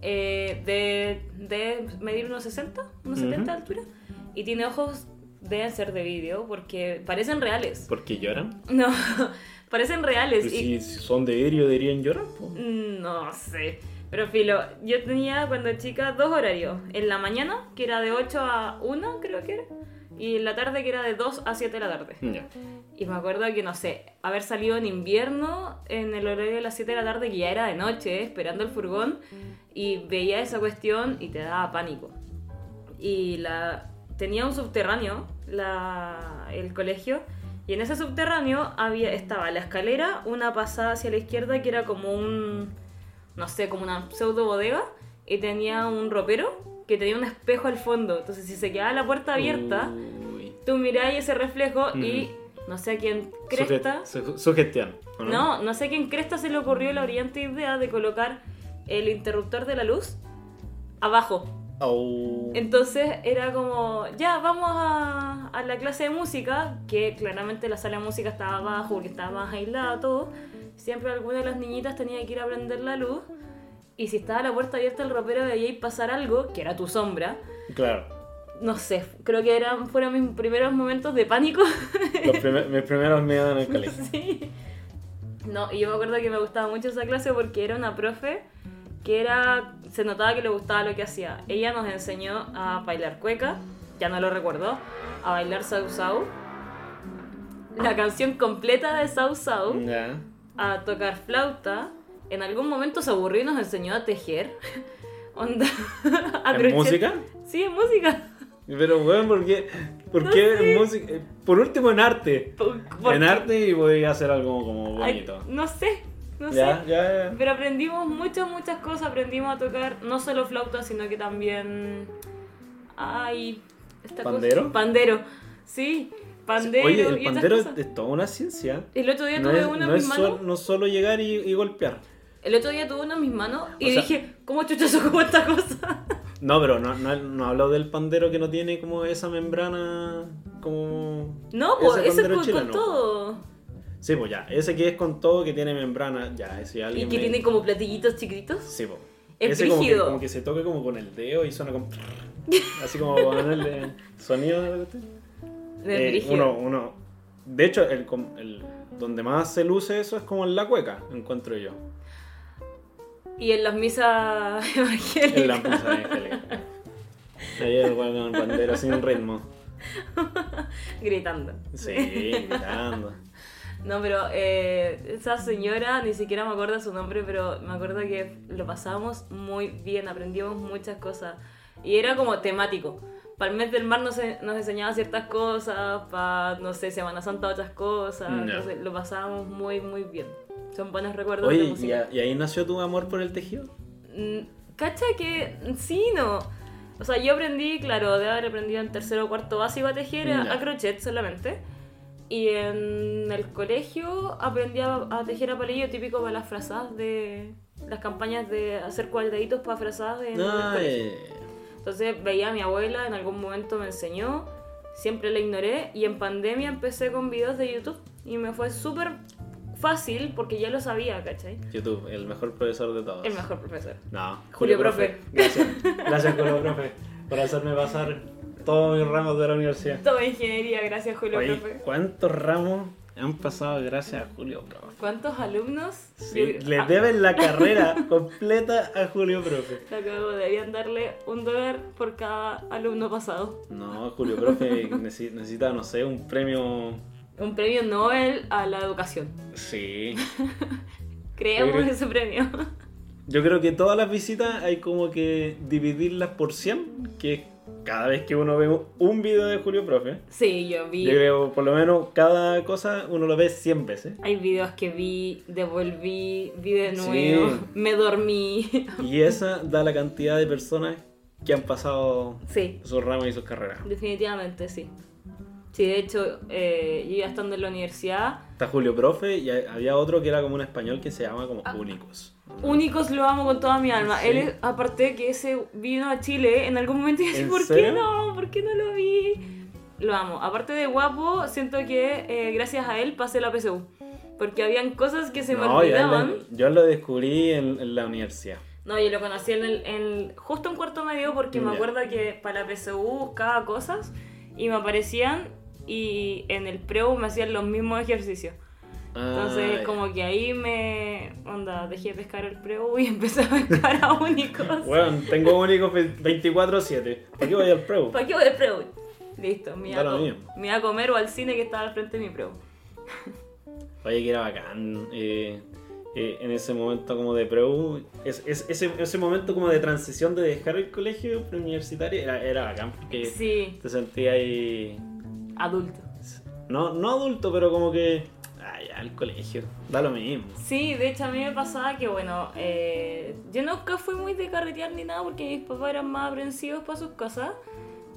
Speaker 2: eh, de, de medir unos 60, unos
Speaker 1: Ujú.
Speaker 2: 70 de altura, y tiene ojos, deben ser de vidrio, porque parecen reales.
Speaker 1: ¿Por qué lloran?
Speaker 2: No, parecen reales.
Speaker 1: Pues
Speaker 2: y-
Speaker 1: si son de vidrio deberían llorar, pues.
Speaker 2: Mm, No sé. Pero filo, yo tenía cuando chica dos horarios. En la mañana, que era de 8 a 1, creo que era. Y en la tarde, que era de 2 a 7 de la tarde.
Speaker 1: Ya.
Speaker 2: Y me acuerdo que, no sé, haber salido en invierno, en el horario de las 7 de la tarde, que ya era de noche, esperando el furgón, y veía esa cuestión y te daba pánico. Y la tenía un subterráneo, la, el colegio, y en ese subterráneo había, estaba la escalera, una pasada hacia la izquierda que era como un, no sé, como una pseudo bodega, y tenía un ropero que tenía un espejo al fondo. Entonces, si se quedaba la puerta
Speaker 1: Mm.
Speaker 2: abierta,
Speaker 1: Uy.
Speaker 2: tú miráis ese reflejo y no sé a quién cresta.
Speaker 1: Suge- su- sugestión. ¿o
Speaker 2: No, no sé a quién cresta se le ocurrió la brillante idea de colocar el interruptor de la luz abajo.
Speaker 1: Au.
Speaker 2: Entonces era como, ya, vamos a, a la clase de música, que claramente la sala de música estaba abajo porque estaba más aislada todo. Siempre alguna de las niñitas tenía que ir a prender la luz. Y si estaba la puerta abierta, el ropero veía ir pasar algo, que era tu sombra.
Speaker 1: Claro.
Speaker 2: No sé, creo que eran, fueron mis primeros momentos de pánico.
Speaker 1: Los primer- mis primeros miedos en el colegio.
Speaker 2: Sí. No, y yo me acuerdo que me gustaba mucho esa clase porque era una profe que era se notaba que le gustaba lo que hacía. Ella nos enseñó a bailar cueca, ya no lo recuerdo, a bailar Sau Sau, la canción completa de Sau Sau,
Speaker 1: Ya.
Speaker 2: a tocar flauta. En algún momento se aburrió y nos enseñó a tejer. Onda. a
Speaker 1: ¿En
Speaker 2: crochet.
Speaker 1: música?
Speaker 2: Sí, en música.
Speaker 1: Pero weón, ¿por qué? ¿Por qué en música? Eh, Por último en arte.
Speaker 2: Por- por-
Speaker 1: En arte y podía hacer algo como
Speaker 2: Ay,
Speaker 1: bonito.
Speaker 2: no sé, no sé.
Speaker 1: Ya, ya, ya.
Speaker 2: Pero aprendimos muchas, muchas cosas. Aprendimos a tocar no solo flauta, sino que también. Ay, esta cosa-
Speaker 1: ¿Pandero?
Speaker 2: Pandero, sí, pandero.
Speaker 1: Oye, el
Speaker 2: y otras
Speaker 1: pandero es,
Speaker 2: cosas.
Speaker 1: es toda una ciencia.
Speaker 2: El otro día
Speaker 1: No
Speaker 2: tuve
Speaker 1: es,
Speaker 2: uno
Speaker 1: no
Speaker 2: en
Speaker 1: es
Speaker 2: mis manos.
Speaker 1: sol- no solo llegar y, y golpear.
Speaker 2: El otro día tuve uno en mis manos y
Speaker 1: O sea-
Speaker 2: dije, ¿cómo chucha se ocupa esta cosa?
Speaker 1: No, pero no, no, no hablo del pandero que no tiene como esa membrana como...
Speaker 2: No,
Speaker 1: Ese
Speaker 2: pues eso es
Speaker 1: pandero
Speaker 2: con, con
Speaker 1: chileno.
Speaker 2: todo.
Speaker 1: Sí, pues ya. Ese que es con todo, que tiene membrana, ya. Ese ya
Speaker 2: Y
Speaker 1: alguien
Speaker 2: que
Speaker 1: me-
Speaker 2: tiene como platillitos chiquititos.
Speaker 1: Sí, po.
Speaker 2: Es
Speaker 1: Ese como que,
Speaker 2: brígido.
Speaker 1: como que se toca como con el dedo y suena como... Así como ponerle sonido. de repente.
Speaker 2: De
Speaker 1: Eh,
Speaker 2: brígido.
Speaker 1: uno, uno... De hecho, el, com- el- donde más se luce eso es como en la cueca, encuentro yo.
Speaker 2: Y en las misas evangélicas.
Speaker 1: En la misa evangélica. Ahí el weón con bandera sin ritmo.
Speaker 2: Gritando.
Speaker 1: Sí, gritando.
Speaker 2: No, pero eh, esa señora, ni siquiera me acuerdo su nombre, pero me acuerdo que lo pasamos muy bien, aprendimos muchas cosas. Y era como temático. Para el mes del mar nos, nos enseñaba ciertas cosas, para, no sé, Semana Santa otras cosas.
Speaker 1: Ya.
Speaker 2: Entonces lo pasábamos muy, muy bien. Son buenos recuerdos de
Speaker 1: Oye,
Speaker 2: música.
Speaker 1: ¿y, a- y ahí nació tu amor por el tejido?
Speaker 2: Mm, Cacha que sí, no. O sea, yo aprendí, claro, de haber aprendido en tercero o cuarto básico a tejer, a-
Speaker 1: Ya.
Speaker 2: a crochet solamente. Y en el colegio aprendí a, a tejer a palillo típico para las frazadas de. las campañas de hacer cuadraditos para frazadas de.
Speaker 1: No, eh,
Speaker 2: Entonces veía a mi abuela, en algún momento me enseñó, siempre la ignoré y en pandemia empecé con videos de YouTube y me fue súper fácil porque ya lo sabía, ¿cachai?
Speaker 1: YouTube, el mejor profesor de todos.
Speaker 2: El mejor profesor.
Speaker 1: No.
Speaker 2: Julio Profe.
Speaker 1: Gracias. Gracias, Julio Profe, por hacerme pasar todos mis ramos de la universidad.
Speaker 2: Todo ingeniería, gracias Julio,
Speaker 1: Oye,
Speaker 2: profe.
Speaker 1: ¿cuántos ramos han pasado gracias a Julio Profe?
Speaker 2: ¿Cuántos alumnos?
Speaker 1: Sí,
Speaker 2: Yo-
Speaker 1: le
Speaker 2: ah,
Speaker 1: deben la carrera completa a Julio Profe.
Speaker 2: la cago, deberían darle un dólar por cada alumno pasado.
Speaker 1: No, Julio Profe necesi- necesita, no sé, un premio.
Speaker 2: Un premio Nobel a la educación.
Speaker 1: Sí.
Speaker 2: Creemos
Speaker 1: Pero-
Speaker 2: ese premio.
Speaker 1: Yo creo que todas las visitas hay como que dividirlas por 100, que es cada vez que uno ve un video de Julio Profe.
Speaker 2: Sí, yo vi.
Speaker 1: Yo creo, por lo menos, cada cosa uno lo ve 100 veces.
Speaker 2: Hay videos que vi, devolví, vi de
Speaker 1: Sí.
Speaker 2: nuevo, me dormí.
Speaker 1: Y esa da la cantidad de personas que han pasado
Speaker 2: Sí,
Speaker 1: sus ramas y sus carreras.
Speaker 2: definitivamente sí. Sí, de hecho, eh, yo ya estando en la universidad,
Speaker 1: Está Julio Profe y hay- había otro que era como un español que se llama
Speaker 2: Ah.
Speaker 1: como Únicos.
Speaker 2: Únicos lo amo con toda mi alma.
Speaker 1: Sí.
Speaker 2: Él, es- aparte que ese vino a Chile en algún momento y yo así,
Speaker 1: ¿En
Speaker 2: ¿por qué
Speaker 1: serio?
Speaker 2: no? ¿Por qué no lo vi? Lo amo. Aparte de guapo, siento que eh, gracias a él pasé la PSU. Porque habían cosas que se me
Speaker 1: No, yo,
Speaker 2: olvidaban.
Speaker 1: lo- yo lo descubrí en, en la universidad.
Speaker 2: No, yo lo conocí en el, en- justo en cuarto medio porque me
Speaker 1: Ya.
Speaker 2: acuerdo que para la PSU buscaba cosas y me aparecían y en el preu me hacían los mismos ejercicios. Entonces,
Speaker 1: Ay.
Speaker 2: como que ahí me. Onda, dejé de pescar el preu y empecé a pescar a únicos.
Speaker 1: Bueno, tengo Únicos 24-7. ¿Por qué voy al Pro?
Speaker 2: ¿Para qué voy al preu? Listo, me iba, a
Speaker 1: Da lo
Speaker 2: co-
Speaker 1: mismo.
Speaker 2: me iba a comer o al cine que estaba al frente de mi preu.
Speaker 1: Oye, que era bacán. eh, eh, en ese momento como de preu, es, es- ese, ese momento como de transición de dejar el colegio preuniversitario era, era bacán porque
Speaker 2: Sí,
Speaker 1: te sentías ahí...
Speaker 2: adulto.
Speaker 1: No, no adulto, pero como que... Ay, al colegio, da lo mismo.
Speaker 2: Sí, de hecho a mí me pasaba que, bueno, eh, yo nunca fui muy de carretear ni nada porque mis papás eran más aprensivos para sus cosas.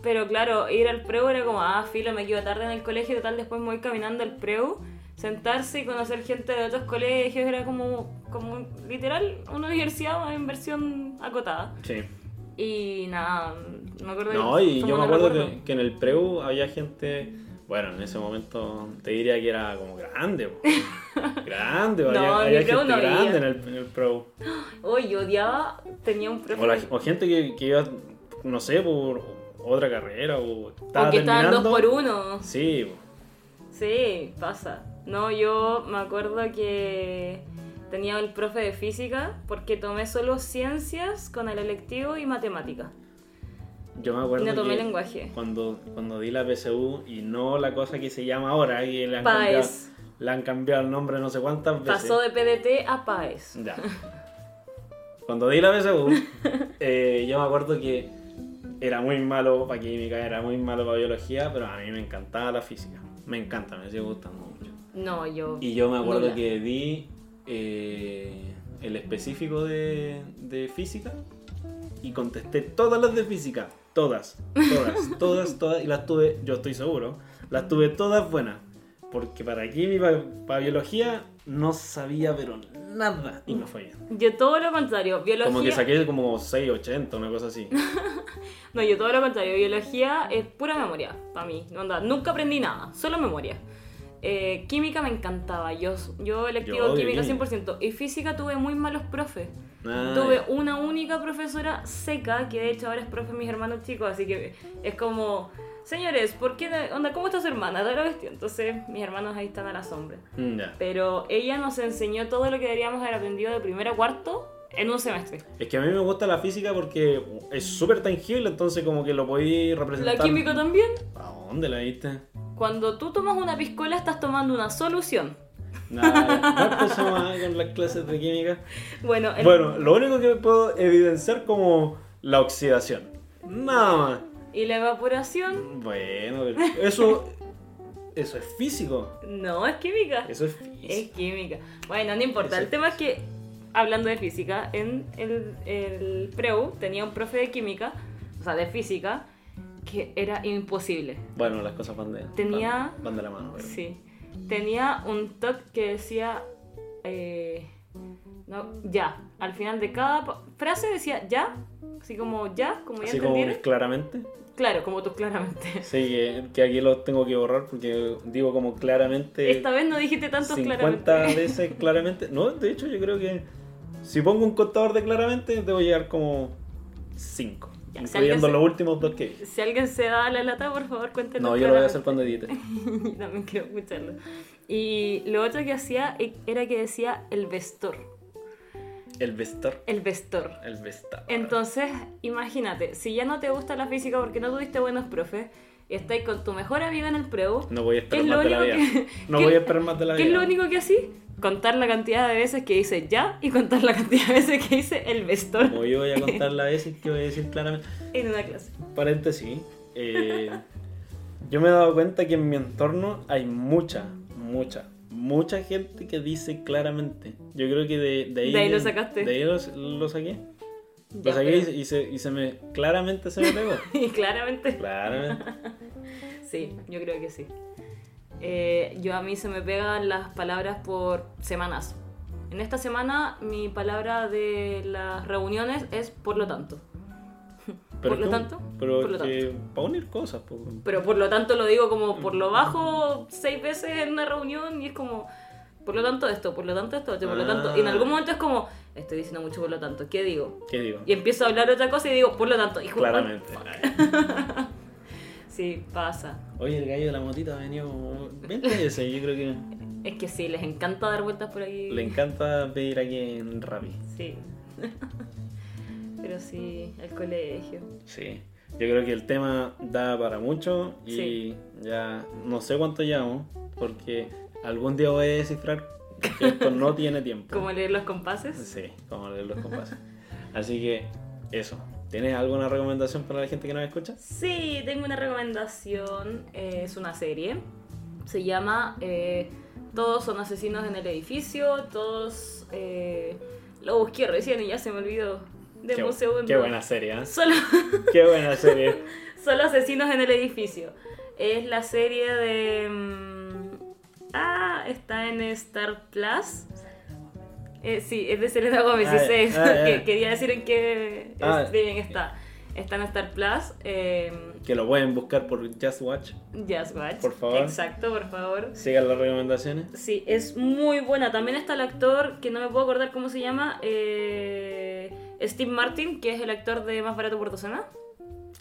Speaker 2: Pero claro, ir al preu era como, ah, filo, me quedo tarde en el colegio, total, después me voy caminando al preu. Sentarse y conocer gente de otros colegios era como, como literal, una universidad en versión acotada.
Speaker 1: Sí.
Speaker 2: Y nada, me acuerdo
Speaker 1: No, y
Speaker 2: fue
Speaker 1: yo me
Speaker 2: un
Speaker 1: acuerdo
Speaker 2: recuerdo.
Speaker 1: que, que en el preu había gente... Bueno, en ese momento te diría que era como grande. po. grande,
Speaker 2: No,
Speaker 1: había, había
Speaker 2: en mi preu
Speaker 1: gente
Speaker 2: no había.
Speaker 1: grande en el, en el preu.
Speaker 2: Hoy yo odiaba, tenía un profe.
Speaker 1: O, la- o gente que, que iba, no sé, por otra carrera o estaba
Speaker 2: o que estaban dos
Speaker 1: terminando.
Speaker 2: por uno.
Speaker 1: Sí,
Speaker 2: Sí, pasa. No, yo me acuerdo que tenía el profe de física porque tomé solo ciencias con el electivo y matemática.
Speaker 1: yo me acuerdo
Speaker 2: No tomé
Speaker 1: que
Speaker 2: lenguaje.
Speaker 1: Cuando, cuando di la PSU y no la cosa que se llama ahora, que le han, cambiado,
Speaker 2: PAES.
Speaker 1: le han cambiado el nombre no sé cuántas veces.
Speaker 2: Pasó de PDT a PAES.
Speaker 1: Ya. Cuando di la PSU, eh, yo me acuerdo que era muy malo para química, era muy malo para biología, pero a mí me encantaba la física. Me encanta, me sigue gustando mucho.
Speaker 2: No, yo.
Speaker 1: Y yo me acuerdo
Speaker 2: Nula.
Speaker 1: que di eh, el específico de, de física y contesté todas las de física. Todas, todas, todas, todas. Y las tuve, yo estoy seguro, las tuve todas buenas. Porque para química, para, biología, no sabía, pero nada. Y no fallé.
Speaker 2: Yo todo lo contrario, biología...
Speaker 1: Como que saqué como 680, una cosa así.
Speaker 2: No, yo todo lo contrario. Biología es pura memoria para mí. Onda, nunca aprendí nada, solo memoria. Eh, química me encantaba. Yo, yo
Speaker 1: Yo
Speaker 2: electivo
Speaker 1: odio
Speaker 2: química
Speaker 1: química.
Speaker 2: 100%. Y física tuve muy malos profes.
Speaker 1: Ah,
Speaker 2: Tuve
Speaker 1: ya.
Speaker 2: una única profesora seca, que de hecho ahora es profe de mis hermanos chicos, así que es como, señores, ¿por qué, onda, cómo está su hermana? Toda la cuestión. Entonces, mis hermanos ahí están a la sombra.
Speaker 1: Mm, ya.
Speaker 2: Pero ella nos enseñó todo lo que deberíamos haber aprendido de primero a cuarto en un semestre.
Speaker 1: Es que a mí me gusta la física porque es súper tangible, entonces como que lo podéis representar.
Speaker 2: La química también.
Speaker 1: ¿A dónde la viste?
Speaker 2: Cuando tú tomas una piscola, estás tomando una solución.
Speaker 1: Nada, no empezamos ah, con las clases de química.
Speaker 2: Bueno, el-
Speaker 1: Bueno, lo único que puedo evidenciar como la oxidación. Nada más.
Speaker 2: ¿y la evaporación?
Speaker 1: Bueno, pero eso, eso es físico.
Speaker 2: No, es química.
Speaker 1: Eso es
Speaker 2: Es
Speaker 1: físico.
Speaker 2: química. Bueno, no importa.
Speaker 1: Eso.
Speaker 2: El tema es que, hablando de física, en el, el preu tenía un profe de química, o sea, de física, que era imposible.
Speaker 1: Bueno, las cosas van de,
Speaker 2: Tenía-
Speaker 1: van, van de la mano. pero-
Speaker 2: Sí. Tenía un toque que decía. eh, no, ya. Al final de cada pa- frase decía ya. Así como ya, como ya
Speaker 1: Así como
Speaker 2: entendieron.
Speaker 1: claramente.
Speaker 2: Claro, como tú claramente.
Speaker 1: Sí, que, que aquí lo tengo que borrar porque digo como claramente.
Speaker 2: Esta vez no dijiste tanto
Speaker 1: 50
Speaker 2: claramente.
Speaker 1: veces claramente. No, de hecho yo creo que si pongo un contador de claramente debo llegar como 5.
Speaker 2: Ya, si
Speaker 1: Incluyendo
Speaker 2: alguien se-
Speaker 1: los últimos dos que dije.
Speaker 2: Si alguien se da la lata, por favor, cuéntenos.
Speaker 1: No, yo lo voy a
Speaker 2: claramente.
Speaker 1: hacer cuando edite.
Speaker 2: Yo también quiero escucharlo. Y lo otro que hacía e- era que decía el vestor.
Speaker 1: El vestor.
Speaker 2: El vestor.
Speaker 1: El vestor.
Speaker 2: Entonces, imagínate, si ya no te gusta la física porque no tuviste buenos profes y estáis con tu mejor amigo en el preu,
Speaker 1: No voy a
Speaker 2: ¿qué
Speaker 1: esperar
Speaker 2: es lo
Speaker 1: más de la
Speaker 2: único
Speaker 1: vida.
Speaker 2: que,
Speaker 1: No
Speaker 2: qué-
Speaker 1: voy a esperar más de la
Speaker 2: qué
Speaker 1: vida.
Speaker 2: es lo único que así? Contar la cantidad de veces que dice ya y contar la cantidad de veces que dice el vestor
Speaker 1: Como yo voy a contar las veces que voy a decir claramente.
Speaker 2: en una clase.
Speaker 1: Paréntesis. eh, yo me he dado cuenta que en mi entorno hay mucha, mucha, mucha gente que dice claramente. Yo creo que de, de ahí.
Speaker 2: De ahí lo sacaste.
Speaker 1: De ahí lo, lo saqué. Lo
Speaker 2: Ya,
Speaker 1: saqué
Speaker 2: pero-
Speaker 1: y, se, y se me. Claramente se me pegó.
Speaker 2: y claramente
Speaker 1: claramente.
Speaker 2: Sí, yo creo que sí. Eh, yo a mí se me pegan las palabras por semanas. En esta semana mi palabra de las reuniones es por lo tanto. Por lo
Speaker 1: es que-
Speaker 2: tanto,
Speaker 1: Pero
Speaker 2: por lo
Speaker 1: para unir cosas. po.
Speaker 2: Pero por lo tanto lo digo como por lo bajo seis veces en una reunión y es como por lo tanto esto, por lo tanto esto, por lo tanto. Y en algún momento es como estoy diciendo mucho por lo tanto, ¿qué digo?
Speaker 1: ¿Qué digo?
Speaker 2: Y empiezo a hablar otra cosa y digo por lo tanto. Y como, ah,
Speaker 1: Claramente.
Speaker 2: Sí, pasa.
Speaker 1: Oye, el gallo de la motita ha venido como 20 veces. Yo creo que.
Speaker 2: Es que sí, les encanta dar vueltas por aquí.
Speaker 1: Le encanta pedir aquí en Rappi.
Speaker 2: Sí. Pero sí, al colegio.
Speaker 1: Sí. Yo creo que el tema da para mucho y
Speaker 2: Sí.
Speaker 1: ya no sé cuánto llevamos porque algún día voy a descifrar que esto no tiene tiempo.
Speaker 2: ¿Cómo leer los compases?
Speaker 1: Sí, como leer los compases. Así que eso. ¿Tienes alguna recomendación para la gente que nos escucha?
Speaker 2: Sí, tengo una recomendación. eh, es una serie. Se llama eh, Todos son asesinos en el edificio. Todos. eh, lo busqué recién y ya se me olvidó. De
Speaker 1: qué,
Speaker 2: un segundo.
Speaker 1: qué buena serie, ¿eh?
Speaker 2: Solo,
Speaker 1: Qué buena serie.
Speaker 2: solo asesinos en el edificio. Es la serie de. mm, Ah, está en Star Plus. Eh, sí, es de Selena Gómez, sí
Speaker 1: Ah,
Speaker 2: sé,
Speaker 1: ah, ya.
Speaker 2: que- quería decir en qué
Speaker 1: Ah.
Speaker 2: streaming está. Está en Star Plus, eh,
Speaker 1: Que lo pueden buscar por Just Watch.
Speaker 2: Just Watch.
Speaker 1: Por favor.
Speaker 2: Exacto, por favor.
Speaker 1: Sigan las recomendaciones.
Speaker 2: Sí, es muy buena. También está el actor, que no me puedo acordar cómo se llama, eh, Steve Martin, que es el actor de Más Barato por Docena.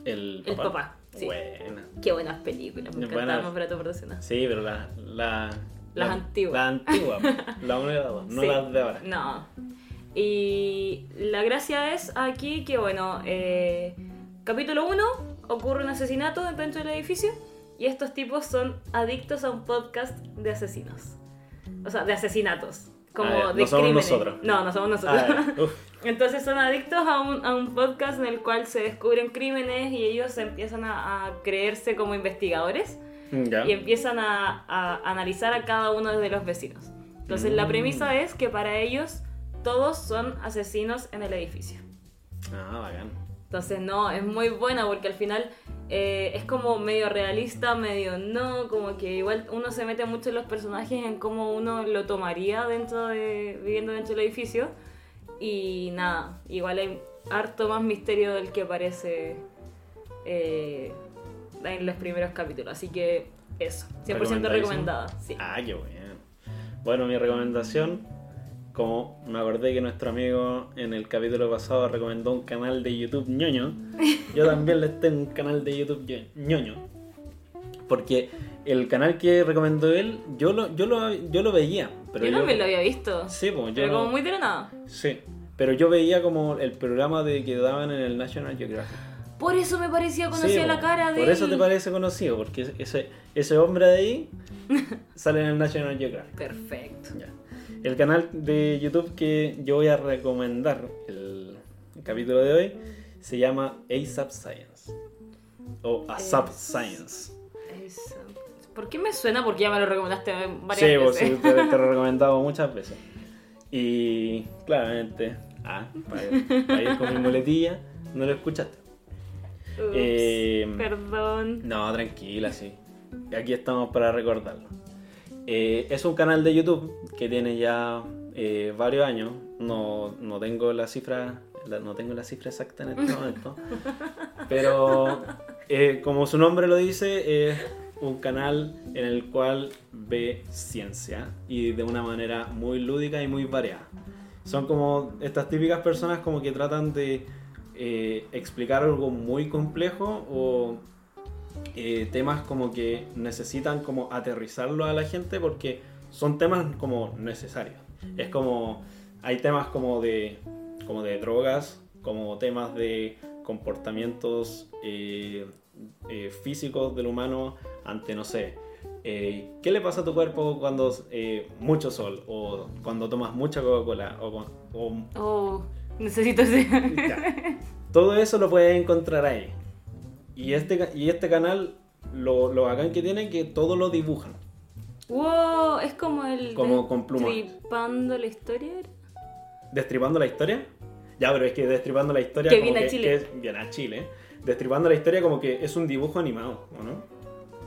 Speaker 1: El papá.
Speaker 2: El papá, sí.
Speaker 1: Buena.
Speaker 2: Qué buenas películas, me
Speaker 1: Buenas.
Speaker 2: encantaba Más Barato por Docena.
Speaker 1: Sí, pero la, la,
Speaker 2: Las
Speaker 1: la-
Speaker 2: antiguas.
Speaker 1: La antigua. la una y la dos, no
Speaker 2: Sí.
Speaker 1: las de ahora.
Speaker 2: No. Y la gracia es aquí que, bueno, eh, capítulo 1 ocurre un asesinato dentro del edificio y estos tipos son adictos a un podcast de asesinos. O sea, de asesinatos. Como
Speaker 1: Ah, ya.
Speaker 2: de
Speaker 1: No somos
Speaker 2: crímenes.
Speaker 1: nosotros.
Speaker 2: No, no somos nosotros.
Speaker 1: Ah, ya. Uf,
Speaker 2: Entonces son adictos a un, a un podcast en el cual se descubren crímenes y ellos empiezan a- a creerse como investigadores
Speaker 1: ya.
Speaker 2: y em- empiezan a, a analizar a cada uno de los vecinos. Entonces la
Speaker 1: Mm.
Speaker 2: premisa es que para ellos todos son asesinos en el edificio.
Speaker 1: Ah, bacán.
Speaker 2: Entonces, no, es muy buena porque al final eh, es como medio realista, medio no, como que igual uno se mete mucho en los personajes, en cómo uno lo tomaría dentro de, viviendo dentro del edificio. Y nada, igual hay harto más misterio del que aparece eh, en los primeros capítulos. Así que eso, 100% recomendada. Sí.
Speaker 1: Ah, qué bueno. Bueno, mi recomendación, como me acordé que nuestro amigo en el capítulo pasado recomendó un canal de YouTube ñoño, yo también les tengo un canal de YouTube ño- ñoño. Porque el canal que recomendó él, yo lo, yo lo, yo lo veía. Pero
Speaker 2: yo también lo había visto,
Speaker 1: Sí, pues, yo
Speaker 2: pero
Speaker 1: no-
Speaker 2: como muy de la nada.
Speaker 1: sí. Pero yo veía como el programa de que daban en el National Geographic.
Speaker 2: Por eso me parecía conocida
Speaker 1: Sí,
Speaker 2: la
Speaker 1: po.
Speaker 2: cara de
Speaker 1: Por eso
Speaker 2: él.
Speaker 1: te parece conocido, porque ese, ese hombre de ahí sale en el National Geographic.
Speaker 2: Perfecto.
Speaker 1: Ya. El canal de YouTube que yo voy a recomendar el, el capítulo de hoy se llama ASAP Science. O ASAP
Speaker 2: Es-
Speaker 1: Science.
Speaker 2: Eso. ¿Por qué me suena? Porque ya me lo recomendaste varias
Speaker 1: Sí, vos, sí,
Speaker 2: veces.
Speaker 1: te, te lo he recomendado muchas veces. Y claramente, ah, para ir, para ir con mi muletilla, no lo escuchaste.
Speaker 2: Ups,
Speaker 1: Eh,
Speaker 2: Perdón.
Speaker 1: No, tranquila, sí. Aquí estamos para recordarlo. Eh, es un canal de YouTube que tiene ya eh, varios años. No, no tengo la cifra, la- no tengo la cifra exacta en este momento. Pero eh, como su nombre lo dice, es un canal en el cual ve ciencia y de una manera muy lúdica y muy variada. Son como estas típicas personas como que tratan de eh, explicar algo muy complejo o eh, temas como que necesitan como aterrizarlo a la gente porque son temas como necesarios. Es como, hay temas como de, como de drogas, como temas de comportamientos eh, eh, físicos del humano ante, no sé, eh, ¿qué le pasa a tu cuerpo cuando eh, mucho sol o cuando tomas mucha Coca-Cola o, con- o
Speaker 2: Oh, necesito ese.
Speaker 1: ya. Todo eso lo puedes encontrar ahí. Y este, ca- y este canal, lo, lo bacán que tiene, que todo lo dibujan.
Speaker 2: wow, es como el.
Speaker 1: Como con plumas.
Speaker 2: Tripando la historia. ¿era?
Speaker 1: Destripando la historia. Ya, pero es que destripando la historia.
Speaker 2: Que
Speaker 1: como
Speaker 2: viene a Chile.
Speaker 1: que es- viene a Chile. Destripando la historia, como que es un dibujo animado, ¿o no?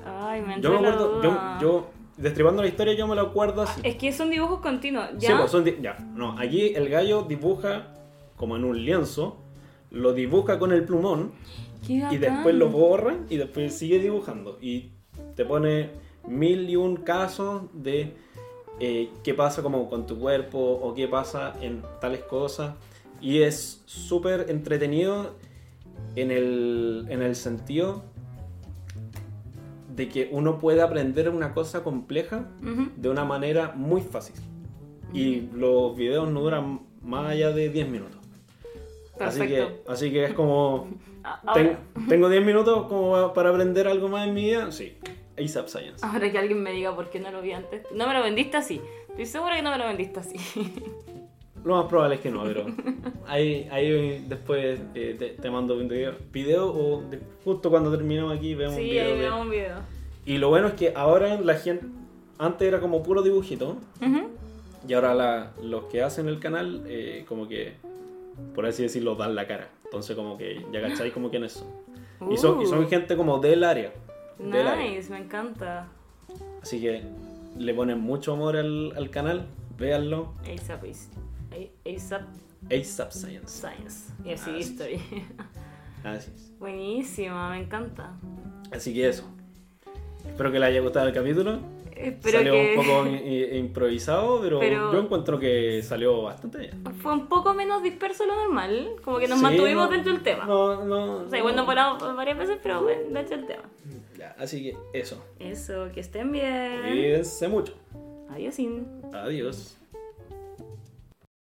Speaker 2: Ay, me
Speaker 1: Yo me
Speaker 2: entró la
Speaker 1: acuerdo. Yo,
Speaker 2: duda.
Speaker 1: yo- destripando la historia, yo me lo acuerdo así.
Speaker 2: Es que son dibujos continuos.
Speaker 1: Sí,
Speaker 2: Ah, ¿Ya?
Speaker 1: pues, son di- ya. No, aquí el gallo dibuja como en un lienzo, lo dibuja con el plumón.
Speaker 2: Qué
Speaker 1: y
Speaker 2: bacán.
Speaker 1: después lo borra y después sigue dibujando y te pone mil y un casos de eh, qué pasa como con tu cuerpo o qué pasa en tales cosas y es súper entretenido en el, en el sentido de que uno puede aprender una cosa compleja
Speaker 2: Ujú.
Speaker 1: de una manera muy fácil y los videos no duran más allá de 10 minutos así que,
Speaker 2: Perfecto.
Speaker 1: así que es como
Speaker 2: A-
Speaker 1: Ten-
Speaker 2: Ahora,
Speaker 1: ¿Tengo 10 minutos como pa- para aprender algo más en mi vida? Sí. ASAP Science.
Speaker 2: ahora que alguien me diga por qué no lo vi antes. No me lo vendiste así. Estoy segura que no me lo vendiste así.
Speaker 1: Lo más probable es que no, pero ahí, ahí después eh, te, te mando un video, video o de- justo cuando terminamos aquí vemos un
Speaker 2: sí,
Speaker 1: video.
Speaker 2: ahí
Speaker 1: de-
Speaker 2: veo un video.
Speaker 1: Y lo bueno es que ahora la gente, antes era como puro dibujito
Speaker 2: Ujú.
Speaker 1: y ahora la- los que hacen el canal eh, como que, por así decirlo, dan la cara. Entonces como que ya cacháis como quiénes son. Y son, y son
Speaker 2: Uh,
Speaker 1: gente como del área. Del área.
Speaker 2: Nice, me encanta.
Speaker 1: Así que le ponen mucho amor al, al canal, véanlo.
Speaker 2: ASAP, is- A- ASAP
Speaker 1: ASAP Science.
Speaker 2: Science. Y así
Speaker 1: Ah, sí.
Speaker 2: history.
Speaker 1: Así es.
Speaker 2: Buenísima, me encanta.
Speaker 1: Así que eso. Espero que les haya gustado el capítulo.
Speaker 2: Espero
Speaker 1: salió
Speaker 2: que
Speaker 1: un poco i- i- improvisado, pero,
Speaker 2: Pero-
Speaker 1: yo encuentro que salió bastante bien.
Speaker 2: fue un poco menos disperso de lo normal. Como que nos
Speaker 1: Sí,
Speaker 2: mantuvimos
Speaker 1: no-
Speaker 2: dentro del tema.
Speaker 1: No, Uh. no.
Speaker 2: Ah. O sea, igual nos volamos varias veces, pero bueno, dentro del tema.
Speaker 1: Ya, así que eso.
Speaker 2: Eso, que estén bien.
Speaker 1: Cuídense mucho.
Speaker 2: Adiós.
Speaker 1: Adiós.